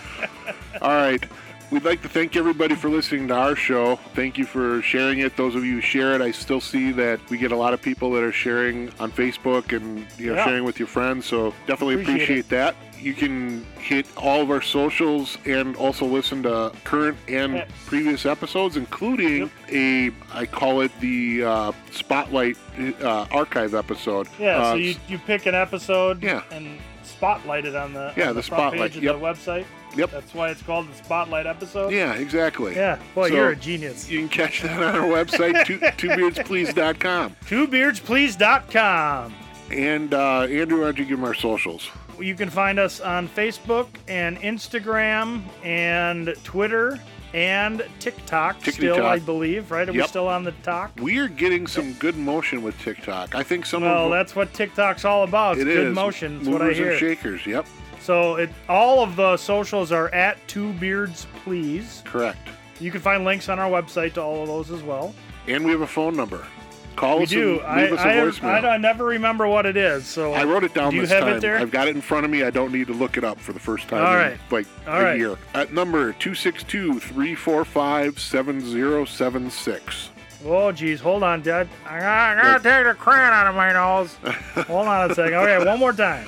Speaker 1: All right. We'd like to thank everybody for listening to our show. Thank you for sharing it. Those of you who share it, I still see that we get a lot of people that are sharing on Facebook and you know
Speaker 3: Yeah.
Speaker 1: sharing with your friends. So definitely appreciate,
Speaker 3: Appreciate
Speaker 1: that. You can hit all of our socials and also listen to current and
Speaker 3: Yep.
Speaker 1: previous episodes, including a I call it the uh, Spotlight uh, Archive episode.
Speaker 3: Yeah.
Speaker 1: Uh,
Speaker 3: so you, you pick an episode
Speaker 1: Yeah.
Speaker 3: and spotlight it on the
Speaker 1: Yeah,
Speaker 3: on
Speaker 1: the
Speaker 3: front
Speaker 1: spotlight,
Speaker 3: page of
Speaker 1: yep.
Speaker 3: the website.
Speaker 1: Yep.
Speaker 3: That's why it's called the spotlight episode.
Speaker 1: yeah, exactly.
Speaker 3: Yeah. Well,
Speaker 1: So-
Speaker 3: you're a genius.
Speaker 1: You can catch that on our website, two, twobeardsplease.com.
Speaker 3: Twobeardsplease.com.
Speaker 1: And uh, Andrew, why don't you give them our socials?
Speaker 3: You can find us on Facebook and Instagram and Twitter and TikTok still,
Speaker 1: Tickety-tock.
Speaker 3: I believe, right? Are we
Speaker 1: Yep.
Speaker 3: still on the talk?
Speaker 1: We are getting some good motion with TikTok. I think some
Speaker 3: Well,
Speaker 1: of
Speaker 3: that's what TikTok's all about. It's
Speaker 1: it
Speaker 3: good
Speaker 1: is.
Speaker 3: motion. That's
Speaker 1: Movers
Speaker 3: what I
Speaker 1: and
Speaker 3: hear.
Speaker 1: shakers. Yep,
Speaker 3: So it all of the socials are at Two Beards Please.
Speaker 1: correct.
Speaker 3: You can find links on our website to all of those as well.
Speaker 1: And we have a phone number. Call
Speaker 3: we
Speaker 1: us
Speaker 3: do.
Speaker 1: and leave us
Speaker 3: I,
Speaker 1: a
Speaker 3: I,
Speaker 1: voicemail.
Speaker 3: I, I never remember what it is. So
Speaker 1: I wrote it down
Speaker 3: Do you
Speaker 1: this
Speaker 3: have
Speaker 1: time.
Speaker 3: it there?
Speaker 1: I've got it in front of me. I don't need to look it up for the first time
Speaker 3: All
Speaker 1: in
Speaker 3: right.
Speaker 1: like
Speaker 3: All
Speaker 1: a
Speaker 3: right.
Speaker 1: year. At number 262-345-7076.
Speaker 3: Oh, geez, hold on, Dad. I gotta, I gotta take the crayon out of my nose. hold on a second. Okay, one more time.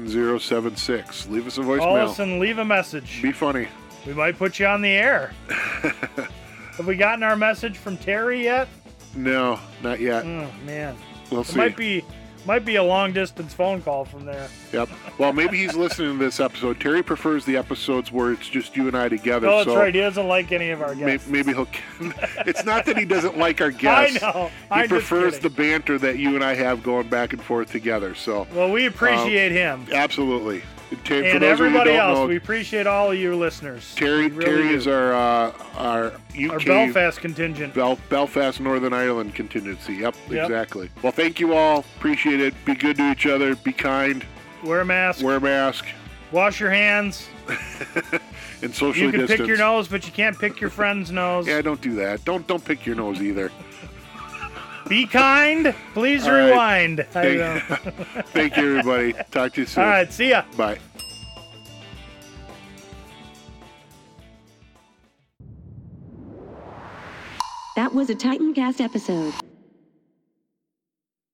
Speaker 1: 262-345-7076. Leave us a
Speaker 3: Call us
Speaker 1: voicemail.
Speaker 3: and leave a message.
Speaker 1: Be funny.
Speaker 3: We might put you on the air. Have we gotten our message from Terry yet?
Speaker 1: No, not yet.
Speaker 3: Oh, man.
Speaker 1: We'll
Speaker 3: It
Speaker 1: see.
Speaker 3: might be Might be a long distance phone call from there.
Speaker 1: Yep. Well, maybe he's listening to this episode. Terry prefers the episodes where it's just you and I together.
Speaker 3: No, Oh, that's
Speaker 1: so
Speaker 3: right. He doesn't like any of our
Speaker 1: may-
Speaker 3: guests.
Speaker 1: maybe he'll. it's not that he doesn't like our guests.
Speaker 3: I know.
Speaker 1: He
Speaker 3: I'm just
Speaker 1: prefers the
Speaker 3: kidding.
Speaker 1: banter that you and I have going back and forth together. So,
Speaker 3: Well, we appreciate him
Speaker 1: absolutely. Terry, Um, for those of
Speaker 3: and
Speaker 1: you who
Speaker 3: everybody
Speaker 1: don't
Speaker 3: else.
Speaker 1: know,
Speaker 3: We appreciate all of you listeners.
Speaker 1: Terry,
Speaker 3: We really
Speaker 1: Terry
Speaker 3: do.
Speaker 1: is our uh, our UK
Speaker 3: our Belfast contingent.
Speaker 1: Bel- Belfast, Northern Ireland contingency. Yep,
Speaker 3: Yep.
Speaker 1: exactly. Well, thank you all. Appreciate it. Be good to each other. Be kind.
Speaker 3: Wear a mask.
Speaker 1: Wear a mask
Speaker 3: Wash your hands.
Speaker 1: and socially
Speaker 3: You can
Speaker 1: distance.
Speaker 3: pick your nose, but you can't pick your friend's nose.
Speaker 1: Yeah, don't do that. Don't don't pick your nose either.
Speaker 3: Be kind. Please
Speaker 1: All right.
Speaker 3: rewind. I don't know.
Speaker 1: Thank, thank you, everybody. Talk to you soon.
Speaker 3: All right. See ya.
Speaker 1: Bye.
Speaker 10: That was a Titancast episode.